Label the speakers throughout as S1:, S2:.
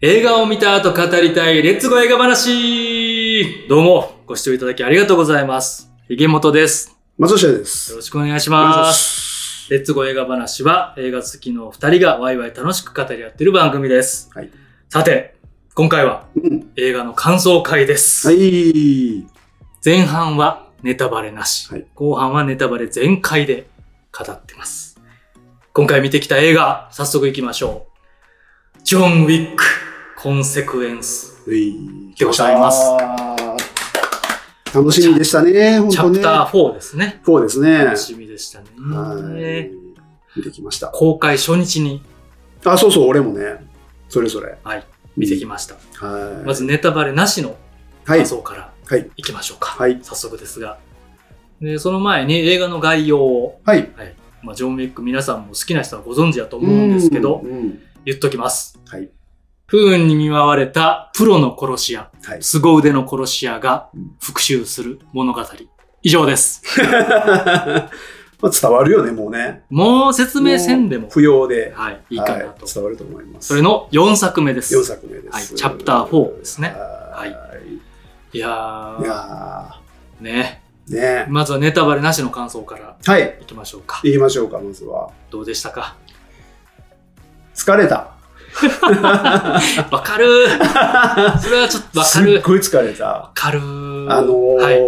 S1: 映画を見た後語りたい、レッツゴー映画話どうも、ご視聴いただきありがとうございます。ひげもとです。
S2: 松下で
S1: よ
S2: す。
S1: ろしくお願いし
S2: お願いし
S1: ま。
S2: ますす。
S1: レッツゴー映画話は、映画好きの二人がワイワイ楽しく語り合っている番組です。
S2: はい
S1: さて、今回は
S2: うん
S1: 映画の感想会です。
S2: はい。
S1: 前半はネタバレなし、
S2: はい
S1: 後半はネタバレ全開で語ってます。今回見てきた映画、早速行きましょう。ジョン・ウィック、コンセクエンス。
S2: うい
S1: でございます
S2: す。楽しみでしたね、本
S1: チ
S2: 当
S1: ャ
S2: ね
S1: プ。ター4ですね。
S2: 4ですね。
S1: 楽しみでしたね。
S2: はい。見てきました。
S1: 公開初日に
S2: あ、そうそう、俺もね、それぞれ。
S1: はい見てきました。
S2: す。はい。
S1: まずネタバレなしの
S2: はい
S1: 感。想から
S2: はい。
S1: 行きましょうか。
S2: はい。
S1: 早速ですが。で、その前に映画の概要を、
S2: はい。
S1: まあ、ジョン・ウィック皆さんも好きな人はご存知だと思うんですけど、
S2: うんうん
S1: 言っときます。
S2: はい。
S1: 不運に見舞われたプロの殺し屋、
S2: はい。
S1: 凄腕の殺し屋が復讐する物語。以上です。
S2: まあ伝わるよね、もうね。
S1: もう説明せんでも、
S2: 不要で。
S1: はい、いいかなと。
S2: はい伝わると思います。
S1: それの4作目です。
S2: 4作目です。
S1: はいチャプター4ですね
S2: はい
S1: いや
S2: い
S1: ー、
S2: や
S1: ね。
S2: ーね
S1: まずはネタバレなしの感想から
S2: はい。
S1: いきましょうか。
S2: 行きましょうか、まずは。
S1: どうでしたか
S2: 疲れた。
S1: わかる ーそれはちょっとわ
S2: す
S1: か
S2: っ
S1: るわ
S2: ごい疲れた。
S1: かるー
S2: あのー
S1: はい。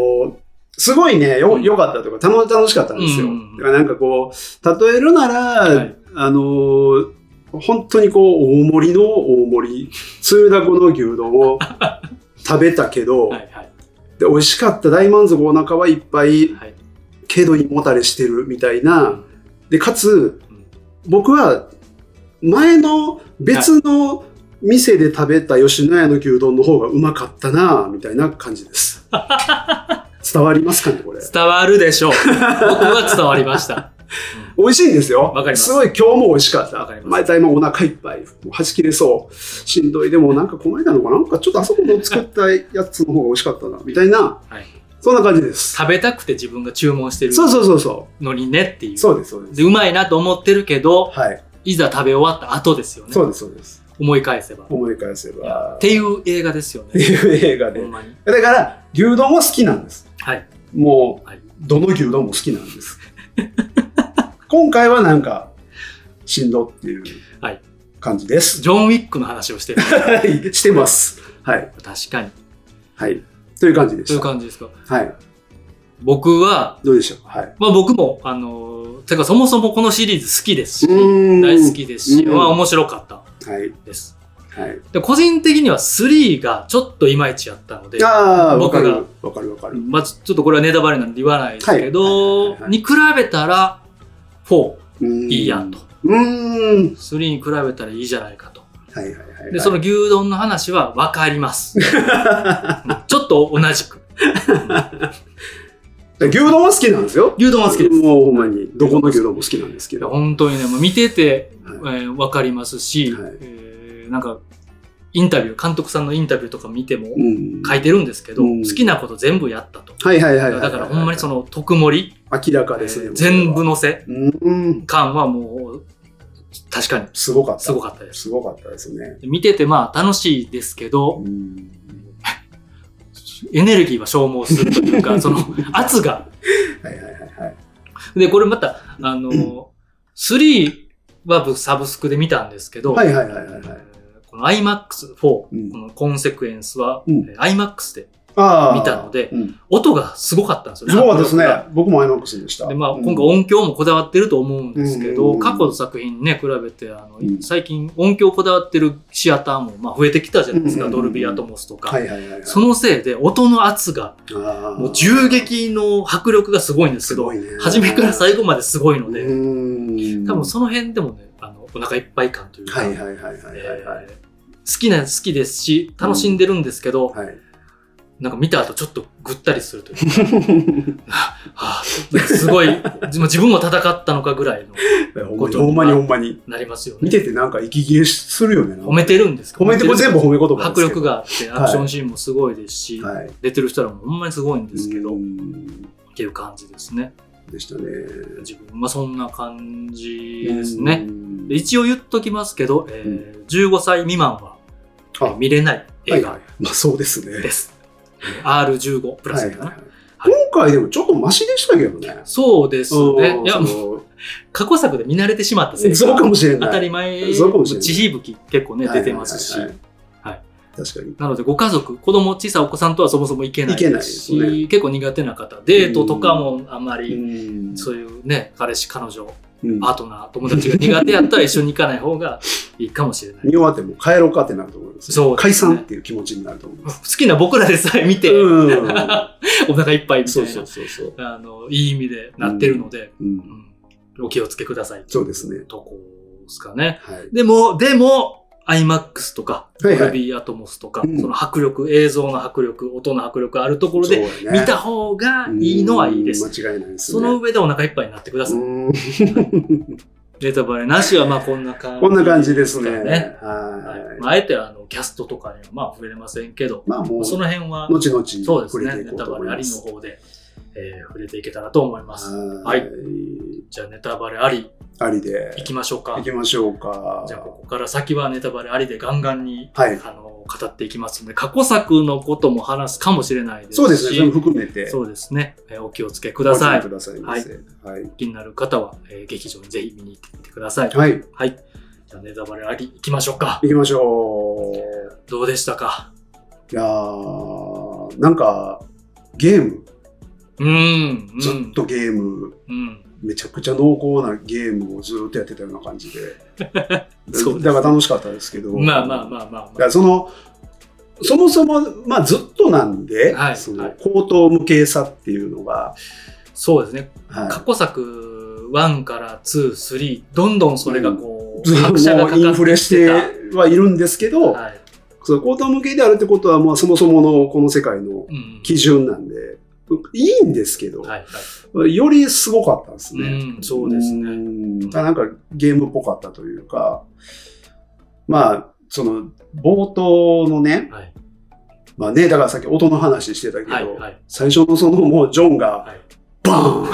S2: すごいね、
S1: う
S2: よ、
S1: ん
S2: 良かったというか、楽楽しかったんですよ。
S1: うん
S2: だからなんかこう、例えるなら、
S1: はい
S2: あのー本当にこう、大盛りの大盛り、通だこの牛丼を食べたけど、
S1: はいはい
S2: で、美味しかった、大満足、お腹はいっぱい、
S1: はい。
S2: けど胃もたれしてるみたいな。で、かつ
S1: うん、
S2: 僕は、前の別の店で食べた吉野家の牛丼の方がうまかったなみたいな感じ です。伝わりますかね、これ。
S1: 伝わるでしょ う。僕は伝わりました。
S2: 美味しいんですよ。
S1: わかります
S2: ごい今日も美味しかっ
S1: わ
S2: た
S1: かり。ます
S2: 毎回もお腹いっぱい。もうはち切れそう。しんどい。でもなんかこの間のかななんかちょっとあそこの作ったやつの方が美味しかったな。みたいな。
S1: はい
S2: そんな感じです。
S1: 食べたくて自分が注文してる
S2: そうそうそうそ。
S1: のにねっていうう。
S2: そうです、そうです。
S1: でうまいなと思ってるけど
S2: はい。
S1: いざ食べ終わった後ですよね
S2: そうです、そうです。
S1: 思い返せば
S2: 思い返せ
S1: いや
S2: ば
S1: っ。ていう映画ですよ
S2: って
S1: ね
S2: いう映画
S1: ほ
S2: で
S1: ん。まに
S2: だから、牛丼は好きなんです。
S1: はい
S2: も、
S1: はいう
S2: どの牛丼も好きなんです。 今回はなんか、しんどっていう
S1: はい
S2: 感じです。
S1: ジョン・ウィックの話をしてる
S2: はい、してます。はい。
S1: 確かに
S2: はい。という感じで
S1: そういう
S2: し
S1: 感じですか
S2: た。はい。
S1: 僕は
S2: どうでしょうはい。
S1: まあ僕もあのーてかそもそもこのシリーズ好きですし
S2: ーん
S1: 大好きですし
S2: うん
S1: まあ面白かった
S2: はい。
S1: です
S2: はい。
S1: で個人的には3がちょっといまいちやったので
S2: ああ、わ
S1: 僕
S2: か
S1: が
S2: る。わかるわかる。
S1: まあちょっとこれはネタバレなんで言わないですけ
S2: はい
S1: ど
S2: はいはいはい
S1: に比べたら4
S2: うーん
S1: いいやんと。
S2: うーん。
S1: 3に比べたらいいじゃないかと
S2: はいはいはいはい。
S1: で、その牛丼の話は分かります。 うんちょっと同じく。
S2: 牛丼は好きなんですよ。
S1: 牛丼は好きです。
S2: もうほんまに、どこの牛丼も好きなんですけど。は
S1: 本当にね、もう見てて、え
S2: い
S1: ー分かりますし、
S2: はい
S1: えーなんか、インタビュー、監督さんのインタビューとか見ても
S2: うん
S1: 書いてるんですけど、
S2: うん
S1: 好きなこと全部やったと。
S2: はいはいはいはい。
S1: だからほんまにその特盛り、
S2: 明らかですね。
S1: えー全部
S2: の。
S1: のせ
S2: うん。
S1: 感はもう、確かに
S2: すごかった。
S1: すごかったです。
S2: すごかったですね。
S1: 見ててまあ楽しいですけど、
S2: うん
S1: エネルギーは消耗するという か、その圧が
S2: はいはいはいはい。
S1: で、これまた、あの、3は僕サブスクで見たんですけど、
S2: はいはいはいはいはい
S1: この iMAX4、こ
S2: うん
S1: のコンセクエンスは、
S2: うん
S1: えー iMAX で
S2: ああ。
S1: 見たので
S2: うん
S1: 音がすごかったんですよ
S2: すごかったですね
S1: 迫力が。
S2: 僕も IMAX でした。
S1: でまあ、
S2: うん
S1: 今回音響もこだわってると思うんですけど、
S2: うん
S1: 過去の作品にね、比べて、あの、
S2: うん
S1: 最近音響こだわってるシアターも、まあ、増えてきたじゃないですか、
S2: うん
S1: ドルビーアトモスとか。
S2: はいはいはいはい。
S1: そのせいで、音の圧が、
S2: ああ
S1: もう銃撃の迫力がすごいんですけ
S2: す
S1: ど
S2: ご、いね。
S1: 初めから最後まですごいの
S2: 後
S1: で、
S2: うん。
S1: 多分その辺でもね、あのお腹いっぱい感というか、
S2: はいはいはいはいはいはい。
S1: えー好きな好きですし、楽しんでるんですけど、
S2: はい。
S1: なんか見た後ちょっとぐったりするというか、 はぁなんかすごい、 自自分も戦ったのかぐらいの、
S2: ほんまにほんまにほんまに。
S1: なりますよね。
S2: 見ててなんか息切れするよね。なんか
S1: 褒めてるんですけど
S2: 褒めてこれ全部褒め言葉です
S1: 迫
S2: けど。
S1: 力があって、アクションシーンもすごいですし、
S2: はい。で
S1: 出てる人らもほんまにすごいんですけど、っ
S2: で
S1: ていう感じですね。
S2: したね。
S1: 自分はそんな感じ
S2: い
S1: ですね。。で一応言っときますけど、えー15歳未満は
S2: あ
S1: 見れない映画
S2: はいまあそうですね。
S1: です。R15 プラス
S2: は
S1: か
S2: い
S1: な
S2: はいはい今回でもちょっとマシでしたけどね。
S1: そうですね。いや、
S2: うん
S1: もう過去作で見慣れてしまったせいか
S2: そうかもしれ
S1: 当
S2: ない。
S1: たり前
S2: そうかもしれない
S1: 地響き結構ね、出てますし
S2: はい。はいは
S1: は
S2: い
S1: い
S2: 確かに。
S1: なので、ご家族、子供、小さいお子さんとはそもそも行けない
S2: 行けない
S1: で
S2: ですす
S1: し、
S2: ね
S1: 結構苦手な方、デートとかもあんまり、
S2: うん
S1: そういうね、彼氏、彼女、
S2: うん
S1: パートナー、友達が苦手やったら一緒に行かない方がいいかもしれない。
S2: 見終わってもう帰ろうかってなると思います。
S1: そう
S2: 解散っていう気持ちになると思います。
S1: 好きな僕ら でさえ見て、
S2: うん
S1: お腹いっぱいみた
S2: そ
S1: いうな
S2: そうそうそう。
S1: あの、いい意味でなってるので、
S2: う
S1: うんんお気をつけください。
S2: そうですね。
S1: とこですかね。
S2: はい。
S1: でも、でも、IMAX とか、
S2: はいはい
S1: ルビーアトモスとか、
S2: うん
S1: その迫力、映像の迫力、音の迫力あるところで、
S2: そうやね
S1: 見た方がいいのはいいです。
S2: うん間違いないです
S1: そ
S2: ね。
S1: の上でお腹いっぱいになってください。
S2: うん
S1: ネタバレなしは、まあこんな感じ、
S2: こんな感じですね。
S1: ねは。
S2: はいい。
S1: まあ、あえて、あの、キャストとかには、まあ、触れませんけど、
S2: まあもう、
S1: そ
S2: 後
S1: の辺は、
S2: 々
S1: そうです
S2: 触れ
S1: ね、
S2: てい
S1: ネ
S2: こう
S1: タ
S2: と
S1: バ
S2: 思い
S1: レあ
S2: ま
S1: りの
S2: す。
S1: 方で、えー触れていけたらと思います。
S2: は
S1: はいい。じゃあ、ネタバレあり、
S2: ありで
S1: いきましょうか
S2: 行。きましょうか。
S1: じゃあ、ここから先はネタバレありで、ガンガンに
S2: はい。
S1: あの語っていきますので、過去作のことも話すかもしれないですし、
S2: そうですね。それも含めて。
S1: そうですねえーお気をつけください
S2: ご注意。くださいませ。はい。
S1: 気になる方は、えー劇場にぜひ見に行ってみてください。
S2: はい。
S1: はい。じゃあ、ネタバレあり、行きましょうか。
S2: 行きましょう。
S1: どうでしたか
S2: いやー、なんか、ゲーム、
S1: うーん。うん
S2: ずっ。とゲーム、
S1: うん。
S2: めちゃくちゃ濃厚なゲームをずっとやってたような感じで。
S1: そうです
S2: だから楽しかったですけど。
S1: まあまあまあまあ
S2: だか
S1: まあ。
S2: らそのそもそも、まあ、ずっとなんで、
S1: はい
S2: そ
S1: は
S2: の
S1: い
S2: 高等無形さっていうのが、
S1: そうですね。過
S2: は
S1: 去作1から2、3、どんどんそれがこ
S2: い、
S1: う、
S2: ずっ
S1: 拍車がか
S2: と
S1: か
S2: イン
S1: っ
S2: フ
S1: て
S2: レ
S1: き
S2: して
S1: て
S2: はいるんですけ
S1: た。
S2: ど、
S1: はい。
S2: その高等無形であるってことは、まあ、そもそものこの世界の
S1: うんうん。
S2: 基準なんで、いいんですけど、
S1: はいはい。
S2: よりすごかったんですね。
S1: うんそうですね
S2: うんだからなんかゲームっぽかったというか、まあ、その冒頭のね、
S1: はい。
S2: まあね、だからさっき音の話してたけど、
S1: はい。はい。
S2: 最初のそのもうジョンが、
S1: はい
S2: バーン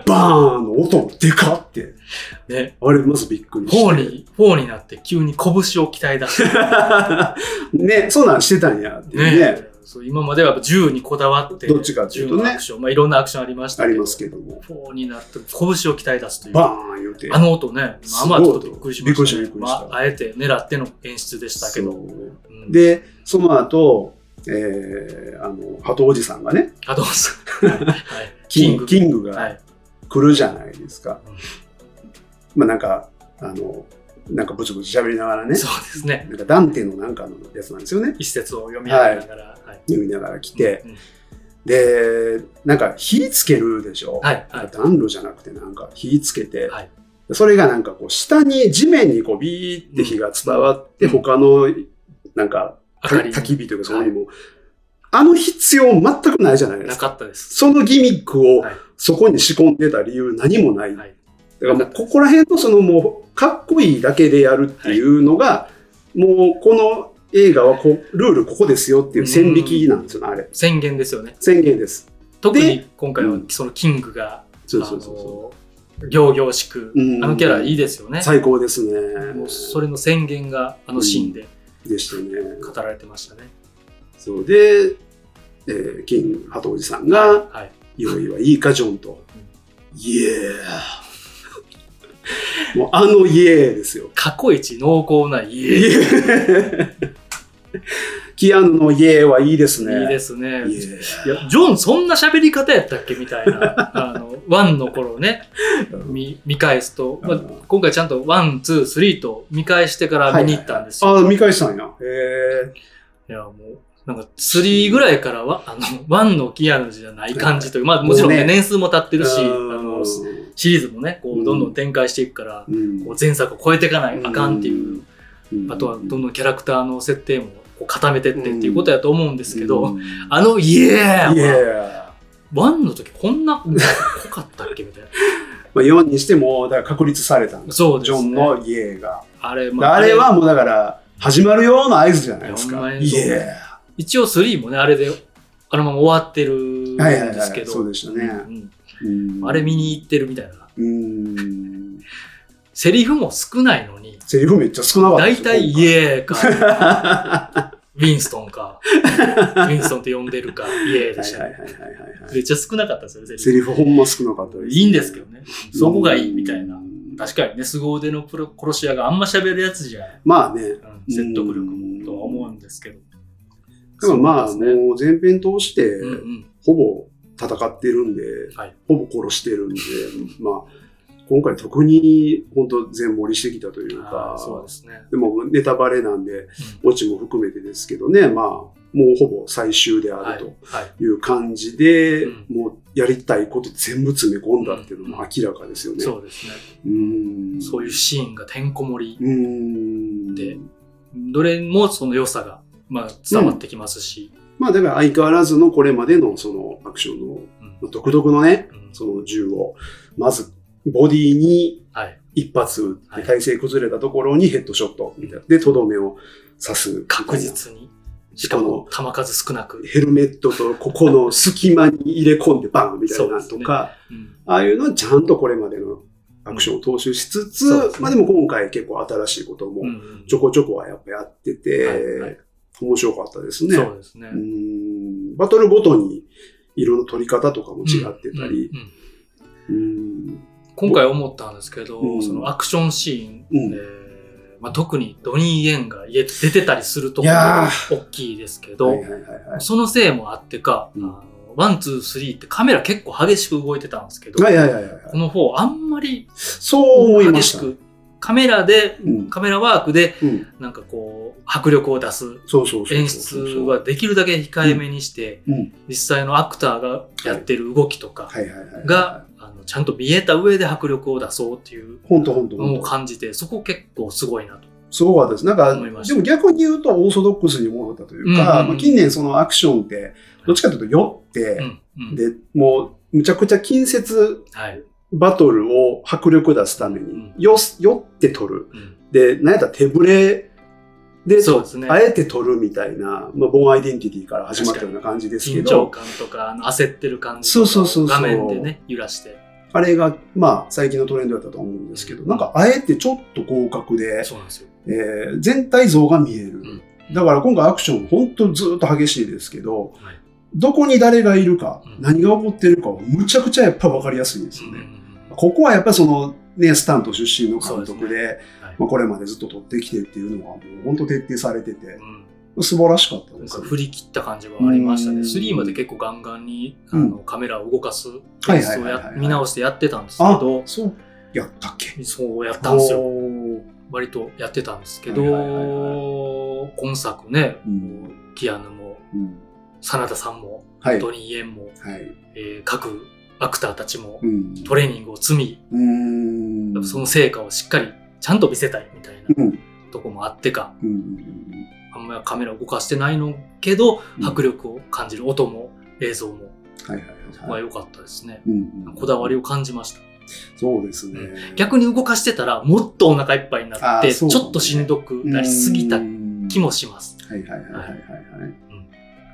S2: バーンの音でかって。
S1: ね。
S2: あれ、まずびっくりして。
S1: フォーに、フォーになって急に拳を鍛え出して
S2: ね、そんなんしてたんやっていうね。
S1: ね。そう今まではやっぱ銃にこだわって、
S2: どっちかっていうと
S1: 銃
S2: ね
S1: のアクション、まあいろんなアクションありました
S2: あ
S1: けど、
S2: りますけども。
S1: フォーになって拳を鍛え出すという。
S2: バーン言うて。
S1: あの音ね、まあまあ
S2: す
S1: ち
S2: ご
S1: ょっ
S2: い音
S1: とびっくりしました、ね。
S2: びっくりしたびっくりし
S1: ま
S2: た
S1: あ、あえて狙っての演出でしたけど。
S2: そう
S1: うん、
S2: で、その後、えー、あの、鳩おじさんがね、
S1: あ、どうぞ。 はいキング。
S2: キング
S1: は
S2: が
S1: い。
S2: 来るじゃないですか。
S1: うん
S2: まあなんか、あの、なんかブチブチ喋りながらね、
S1: そうですね。
S2: なんかダンテのなんかのやつなんですよね。
S1: 一節を読み上げながら。はい。
S2: 読みながら来て、
S1: うんうん
S2: で、なんか火つけるでしょ。
S1: はい。はい。
S2: 暖炉じゃなくてなんか火つけて、
S1: はい
S2: それがなんかこう下に地面にこうビーって火が伝わって、
S1: うん
S2: 他のなんか
S1: 明かり
S2: 焚き火というかそこにも、あの必要全くないじゃないで
S1: な
S2: すか。
S1: かったです。
S2: そのギミックを
S1: はい
S2: そこに仕込んでた理由何もない。
S1: はい。
S2: だからもうここら辺のそのもうかっこいいだけでやるっていうのが、もうこの映画はこうルールここですよっていう線引きなんですよね、あれ。
S1: 宣言ですよね。
S2: 宣言です。
S1: 特に今回はそのキングが、
S2: そうそうそうそう。
S1: あの行々しく、
S2: うん
S1: あのキャラいいですよね。
S2: 最高ですね。
S1: もうそれの宣言があのシーンで
S2: でしたね。
S1: 語られてましたね。
S2: そうで、えー、キング、鳩おじさんが、
S1: はい、
S2: 用意はいいか、ジョンと。イエー。 もうあのイエーですよ。
S1: 過去一濃厚な家。
S2: イ
S1: い
S2: エー。キアヌのイエーはいいですね。
S1: いですすね。
S2: イエ
S1: いや、ジョンそんな喋り方やったっけみたいな、あの、 ワンの頃をね、見見返すと、まあ
S2: うん、
S1: 今回ちゃんとワン、ツー、スリーと見返してから見に行ったんですよ。
S2: ああ、見返したんや。へ
S1: いや、もう、なんか、スリーぐらいからは、あの、ワンのキアヌじゃない感じという、まあ、もちろんね、
S2: もうね
S1: 年数も経って
S2: え。
S1: るし、あ
S2: う
S1: の、
S2: ん
S1: シリーズもね、こ
S2: う
S1: う、
S2: ん
S1: どんどん展開していくから、
S2: うん
S1: こう前作を超えていかないあかんっていう、
S2: うん
S1: あとはどんどんキャラクターの設定もこう固めてってっていうことやと思うんですけど、
S2: うん
S1: あの、イエー
S2: イエ
S1: は
S2: ー。
S1: ワンの時こんな濃かったっけみたいな。
S2: まあ、4にしても、だから確立されたんです。
S1: そうで
S2: ジ
S1: すね。
S2: ョンのイエーが。
S1: あれ、
S2: まああれはもうだから、始まるよの合図じゃないです
S1: いやほんま
S2: か。い
S1: にそう
S2: え。
S1: 一応3もね、あれで、あのまま終わってるん
S2: はいはい
S1: です
S2: は
S1: け
S2: い。
S1: ど、
S2: そうでしたね。
S1: うん
S2: うん
S1: あれ見に行ってるみたいな。
S2: うーん。
S1: セリフも少ないのに、
S2: セリフめっちゃ少なかった
S1: 大体、イ
S2: え。
S1: エーか、ウィンストンか、ウィンストンって呼んでるか、イエー
S2: は
S1: でし
S2: い
S1: た
S2: はいはい
S1: ね。
S2: はいはいはい。
S1: めっちゃ少なかったですよね、
S2: セ
S1: セ
S2: リ
S1: リ
S2: フほんま少なかった
S1: フ。
S2: です。
S1: いいんですけどね。そこがいいみたいな
S2: う。ん
S1: 確かにね、凄腕のプロ殺し屋があんま喋るやつじゃ、
S2: まあね。
S1: うん説得力もとは思うんですけど。
S2: だからまあ、
S1: そうですね
S2: もう前編通して、
S1: うんうん。
S2: ほぼ戦ってるんで、
S1: はい
S2: ほぼ殺してるんで、まあ、今回特に本当全盛りしてきたという
S1: あ
S2: か
S1: ー、そうですね。
S2: でもネタバレなんで、オチも含めてですけどね、まあ、もうほぼ最終であ
S1: はい。
S2: る
S1: はい。
S2: という感じで、
S1: うん
S2: もうやりたいこと全部詰め込んだっていうのも明らかですよね。
S1: そうですね。
S2: うん
S1: そういうシーンがてんこ盛り、
S2: うん
S1: でどれもその良さが、まあ、伝わってきますし。
S2: まあだから相変わらずのこれまでのそのアクションの
S1: うん
S2: まあ独特のね、
S1: うん
S2: その銃を、まずボディに
S1: はい。
S2: 一発撃って
S1: はい
S2: 体勢崩れたところにヘッドショットみたいな。で、とどめを刺す。
S1: 確。実に。しかも、球数少なく。
S2: ヘルメットとここの隙間に入れ込んでバンみたいな
S1: そ
S2: と
S1: うですね
S2: か、
S1: うん
S2: ああいうのはちゃんとこれまでのアクションを踏襲しつつ、
S1: うんそうですね
S2: まあでも今回結構新しいこと
S1: う
S2: も
S1: んうん
S2: ちょこちょこはやっぱやってて、
S1: はいはい
S2: 面白かったですね。
S1: そうですね。
S2: うんバトルごとに色の取り方とかも違って
S1: う
S2: たり、
S1: んうんうん
S2: うん
S1: 今回思ったんですけど、
S2: うん
S1: そのアクションシーン、
S2: うん
S1: えーまあ、特にドニー・イエンが家出てたりするとこ
S2: い
S1: ろ
S2: や
S1: が大きいですけど、
S2: はいはいはいは
S1: そのせいもあってか、
S2: うん
S1: あのワン、ツー、スリーってカメラ結構激しく動いてたんですけど、
S2: い。はいはいはいはい。
S1: この方あんまり
S2: そう思いま
S1: 激
S2: し。
S1: したく、カメラで、
S2: うん
S1: カメラワークで、
S2: うん
S1: なんかこう、迫力を出す
S2: そうそうそうそう。
S1: 演出はできるだけ控えめにして、
S2: うん
S1: 実際のアクターがやってる動きとか
S2: はいはいはいはい。
S1: が、、あのちゃんと見えた上で迫力を出そうっていう
S2: ほんとほんとほ
S1: の
S2: ん
S1: を
S2: と。
S1: 感じて、そこ結構すごいなと。
S2: すごかったです。なんか、
S1: 思いまし
S2: で
S1: た
S2: も逆に言うとオーソドックスに戻ったとい
S1: う
S2: う
S1: んうん
S2: か、
S1: うん
S2: まあ近年そのアクションって、どっちかというと酔って
S1: う、んうん、
S2: で、もう、むちゃくちゃ近接
S1: はい、
S2: バトルを迫力出すため
S1: うん
S2: に、よす酔って取る。
S1: うん
S2: で、なんやったら手ぶれで、
S1: そうですね。
S2: あえて取るみたいな、まあ、ボーンアイデンティティから始まったような感じですけ
S1: 緊張
S2: ど、
S1: 感とか、あの焦ってる感じ
S2: そうそうそうそ
S1: 画
S2: う
S1: 面でね、揺らして。
S2: あれが、まあ、最近のトレンドだったと思うんですけど、なんか、あえてちょっと広角で、
S1: そうなんですよ。
S2: えー全体像が見える。
S1: ん
S2: だから今回アクション、本当ずっと激しいですけど、
S1: はい
S2: どこに誰がいるか、
S1: うん
S2: 何が起こってるかは、むちゃくちゃやっぱ分かりやすいですよね。ここはやっぱりその、ね、スタント出身の監
S1: そうで
S2: 督
S1: す
S2: で、
S1: はい
S2: まあ、これまでずっと撮ってきてっていうのは、もう本当徹底されてて、
S1: うん
S2: 素晴らしかった
S1: な
S2: で
S1: ん
S2: す
S1: か
S2: ね、
S1: 振り切った感じはありました
S2: う
S1: ね。
S2: ん
S1: 3まで結構ガンガンにあのカメラを動かす
S2: はい
S1: 演
S2: はい
S1: 出を
S2: はいはい
S1: や見直してやってたんですけ
S2: あ
S1: ど、、
S2: そう、やったっけ
S1: そうやったんですよ。
S2: よ。
S1: 割とやってたんですけど、
S2: はいはいはい
S1: 今作ね、
S2: うん
S1: キアヌも、
S2: うん
S1: 真田さんも、
S2: はい。は
S1: ドニー・イエンも、
S2: い。
S1: えー各アクターたちも
S2: うん。
S1: トレーニングを積み、
S2: うーん。
S1: その成果をしっかりちゃんと見せたいみたいな
S2: うん。うん
S1: とこもあってか、
S2: うんうん。
S1: あんまりカメラを動かしてないのけど
S2: う、ん
S1: 迫力を感じる音も映像も、
S2: はいはいはい
S1: ま
S2: は
S1: あ
S2: い。
S1: 良かったですね。
S2: うんうん
S1: こだわりを感じました。
S2: そうですね。
S1: 逆に動かしてたらもっとお腹いっぱいになっ
S2: あー
S1: て、ち
S2: そ
S1: ょ
S2: うかもね
S1: っとしんどくなりすぎた気もします。
S2: うん。はいはいはいはいはいはい。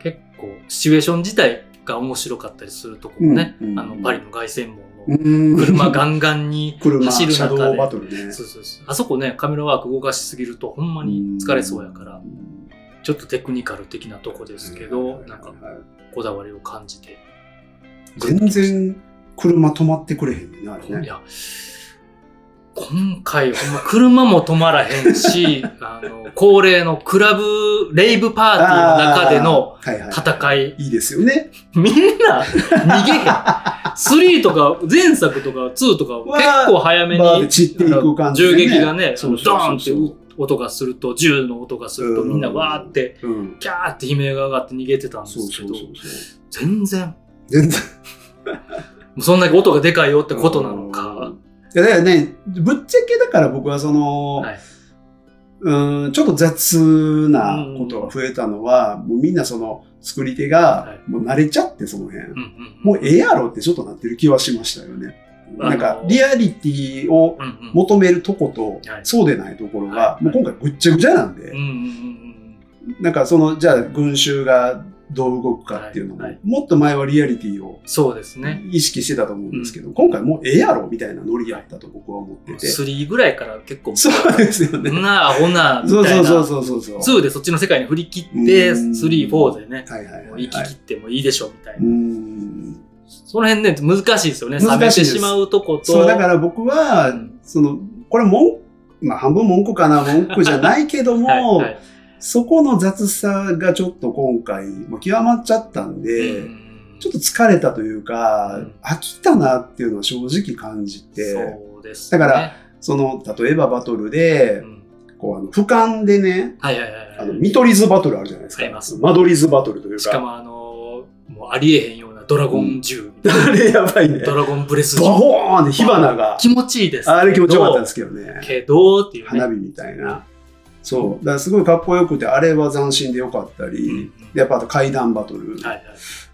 S1: 結構シチュエーション自体が面白かったりするとこもね、
S2: うんうん
S1: あのパリの凱旋門の
S2: うん
S1: 車ガンガンに
S2: 車、
S1: 走る
S2: シャ
S1: 中
S2: ドー
S1: で
S2: バトルね。
S1: そうそうそうあそこねカメラワーク動かしすぎるとほんまに疲れそうやから
S2: ん
S1: ちょっとテクニカル的なとこですけ
S2: はい
S1: ど
S2: はい
S1: なんか
S2: はいはい
S1: こだわりを感じて
S2: 全然車止まってくれへんねんなあれ
S1: い
S2: ね。
S1: や今回ほんま車も止まらへん しあの恒例のクラブレイブパーティーの中での戦
S2: い。
S1: い
S2: いいですよね。
S1: みんな逃げへん。3とか、前作とか2とかを結構早めに、
S2: バーで散っていく感じ
S1: 銃
S2: でね
S1: 撃がね、
S2: そうそうそうそう
S1: ドーンって音がすると、銃の音がすると、
S2: うん
S1: みんなわーって、
S2: うん。
S1: キャーって悲鳴が上がって逃げてたんで
S2: そう
S1: すけ
S2: そう
S1: ど
S2: そう、そう。
S1: 全然、も
S2: 全然。
S1: うそんだけ音がでかいよってことなのか。
S2: いやだからね、ぶっちゃけだから僕はその、
S1: はいう
S2: ーんちょっと雑なことが増えたのは、もうみんなその作り手
S1: は
S2: が
S1: い
S2: もう慣れちゃってその辺、
S1: うんうん
S2: もうええやろってちょっとなってる気はしましたよね。
S1: あの
S2: なんかリアリティを
S1: うんうん
S2: 求めるとこと、
S1: はい
S2: そうでないところが、
S1: はい
S2: もう今回ぐっちゃぐちゃなんで、
S1: うんうんうん
S2: なんかそのじゃあ群衆がどう動くかっていうのも、
S1: はいはい
S2: もっと前はリアリティを
S1: そうですね。
S2: 意識してたと思うんですけど、今回もうええやろみたいなノリやったと僕は思ってて。
S1: 3ぐらいから結構、
S2: そうですよね。
S1: んなアホな、み
S2: そう
S1: たい
S2: そう
S1: な。
S2: そうそうそうそう。
S1: 2でそっちの世界に振り切って、
S2: うん
S1: 3、4でね、
S2: はいはい
S1: も
S2: は
S1: う
S2: い、
S1: 行
S2: は
S1: き
S2: い
S1: 切。ってもいいでしょうみたいうな。
S2: ん。
S1: その辺ね、難しいですよね。冷め
S2: 難しい
S1: て
S2: です
S1: しまうとこと。
S2: そう、だから僕は、
S1: うん
S2: その、これ文まあ半分文句かな、文句じゃないけども、
S1: はいはい
S2: そこの雑さがちょっと今回、もう極まっちゃったんで、
S1: うん
S2: ちょっと疲れたというか、
S1: うん
S2: 飽きたなっていうのは正直感じて、
S1: そうです、
S2: だから、その、例えばバトル
S1: う
S2: で、
S1: ん
S2: こう、あの、俯瞰でね、
S1: はいはいはいはい。
S2: あの、見取り図バトルあるじゃないですか。
S1: あります
S2: 間取り図バトルというか。
S1: しかもあのーもうありえへんようなドラゴン銃、
S2: あれやばいね。
S1: ドラゴンブレス
S2: バ
S1: 銃。
S2: ホーンで火花が。
S1: 気持ちいいですけど。
S2: あれ気持ちよかったんですけどね。
S1: けど、っていうね。
S2: 花火みたいな。そう。だからすごいかっこよくて、あれは斬新でよかったり、
S1: うんうん
S2: でやっぱあと階段バトル。
S1: はいはい。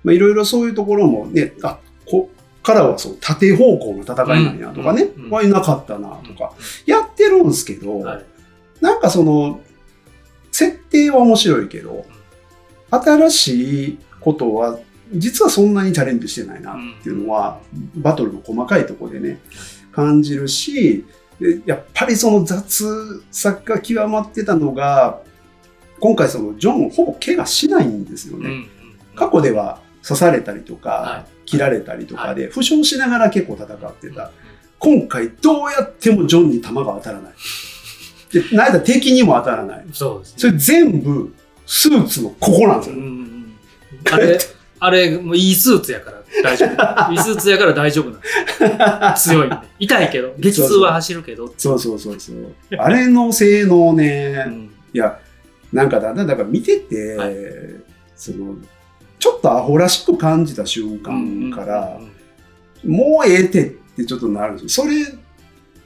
S2: まあいろいろそういうところもね、あ、こっからはそう、縦方向の戦いなんやとかね、
S1: うんうん
S2: は、いなかったなとか、やってるんですけど、
S1: はい
S2: なんかその、設定は面白いけど、新しいことは、実はそんなにチャレンジしてないなっていうのは、バトルの細かいところでね、感じるし、でやっぱりその雑さが極まってたのが、今回そのジョンほぼ怪我しないんですよ
S1: うん
S2: ね。
S1: うん
S2: 過去では刺されたりとか、
S1: は
S2: 切られたりとかで、負傷しながら結構戦ってた
S1: い。
S2: 今回どうやってもジョンに弾が当たらない。で、なんやったら敵にも当たらない。
S1: そうです
S2: それ全部、スーツのここなんです
S1: うん
S2: よ
S1: う
S2: ね。
S1: んうんあ れ、あれ、もういいスーツやから大丈夫。いいスーツやから大丈夫なんですよ。強いんで。痛いけど、激痛は走るけど。
S2: そうそうそうそう。あれの性能ね、
S1: うん
S2: いや、なんかだんだんだから見てて、
S1: はい
S2: その、ちょっとアホらしく感じた瞬間から、もうええてってちょっとなるんですよ。それ、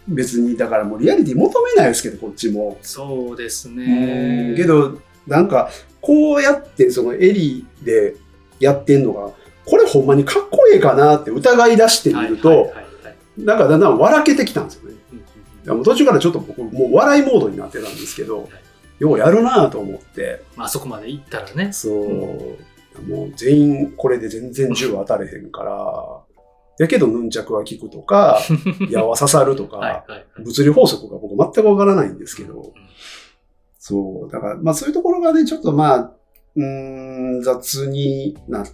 S2: 別に、だからもうリアリティ求めないですけど、こっちも。
S1: そうです
S2: う
S1: ね
S2: ん。け、どなんかこうやってそのエリーでやってんのがこれほんまにかっこええかなって疑い出してみ
S1: はい
S2: る
S1: はいはい
S2: と
S1: はい
S2: なんかだんだん笑けてきたんですよね。
S1: うんうん
S2: いやもう途中からちょっと僕もう笑いモードになってたんですけどようやるなと思って
S1: まあ、そこまで行ったらね。
S2: そう、もう全員これで全然銃当たれへんからやけどヌンチャクは効くと か矢は刺さるとか、
S1: はいはいはい。
S2: 物理法則が僕全くわからないんですけど、
S1: うん
S2: そう。だから、まあそういうところがね、ちょっとまあ、うーん、雑にな,、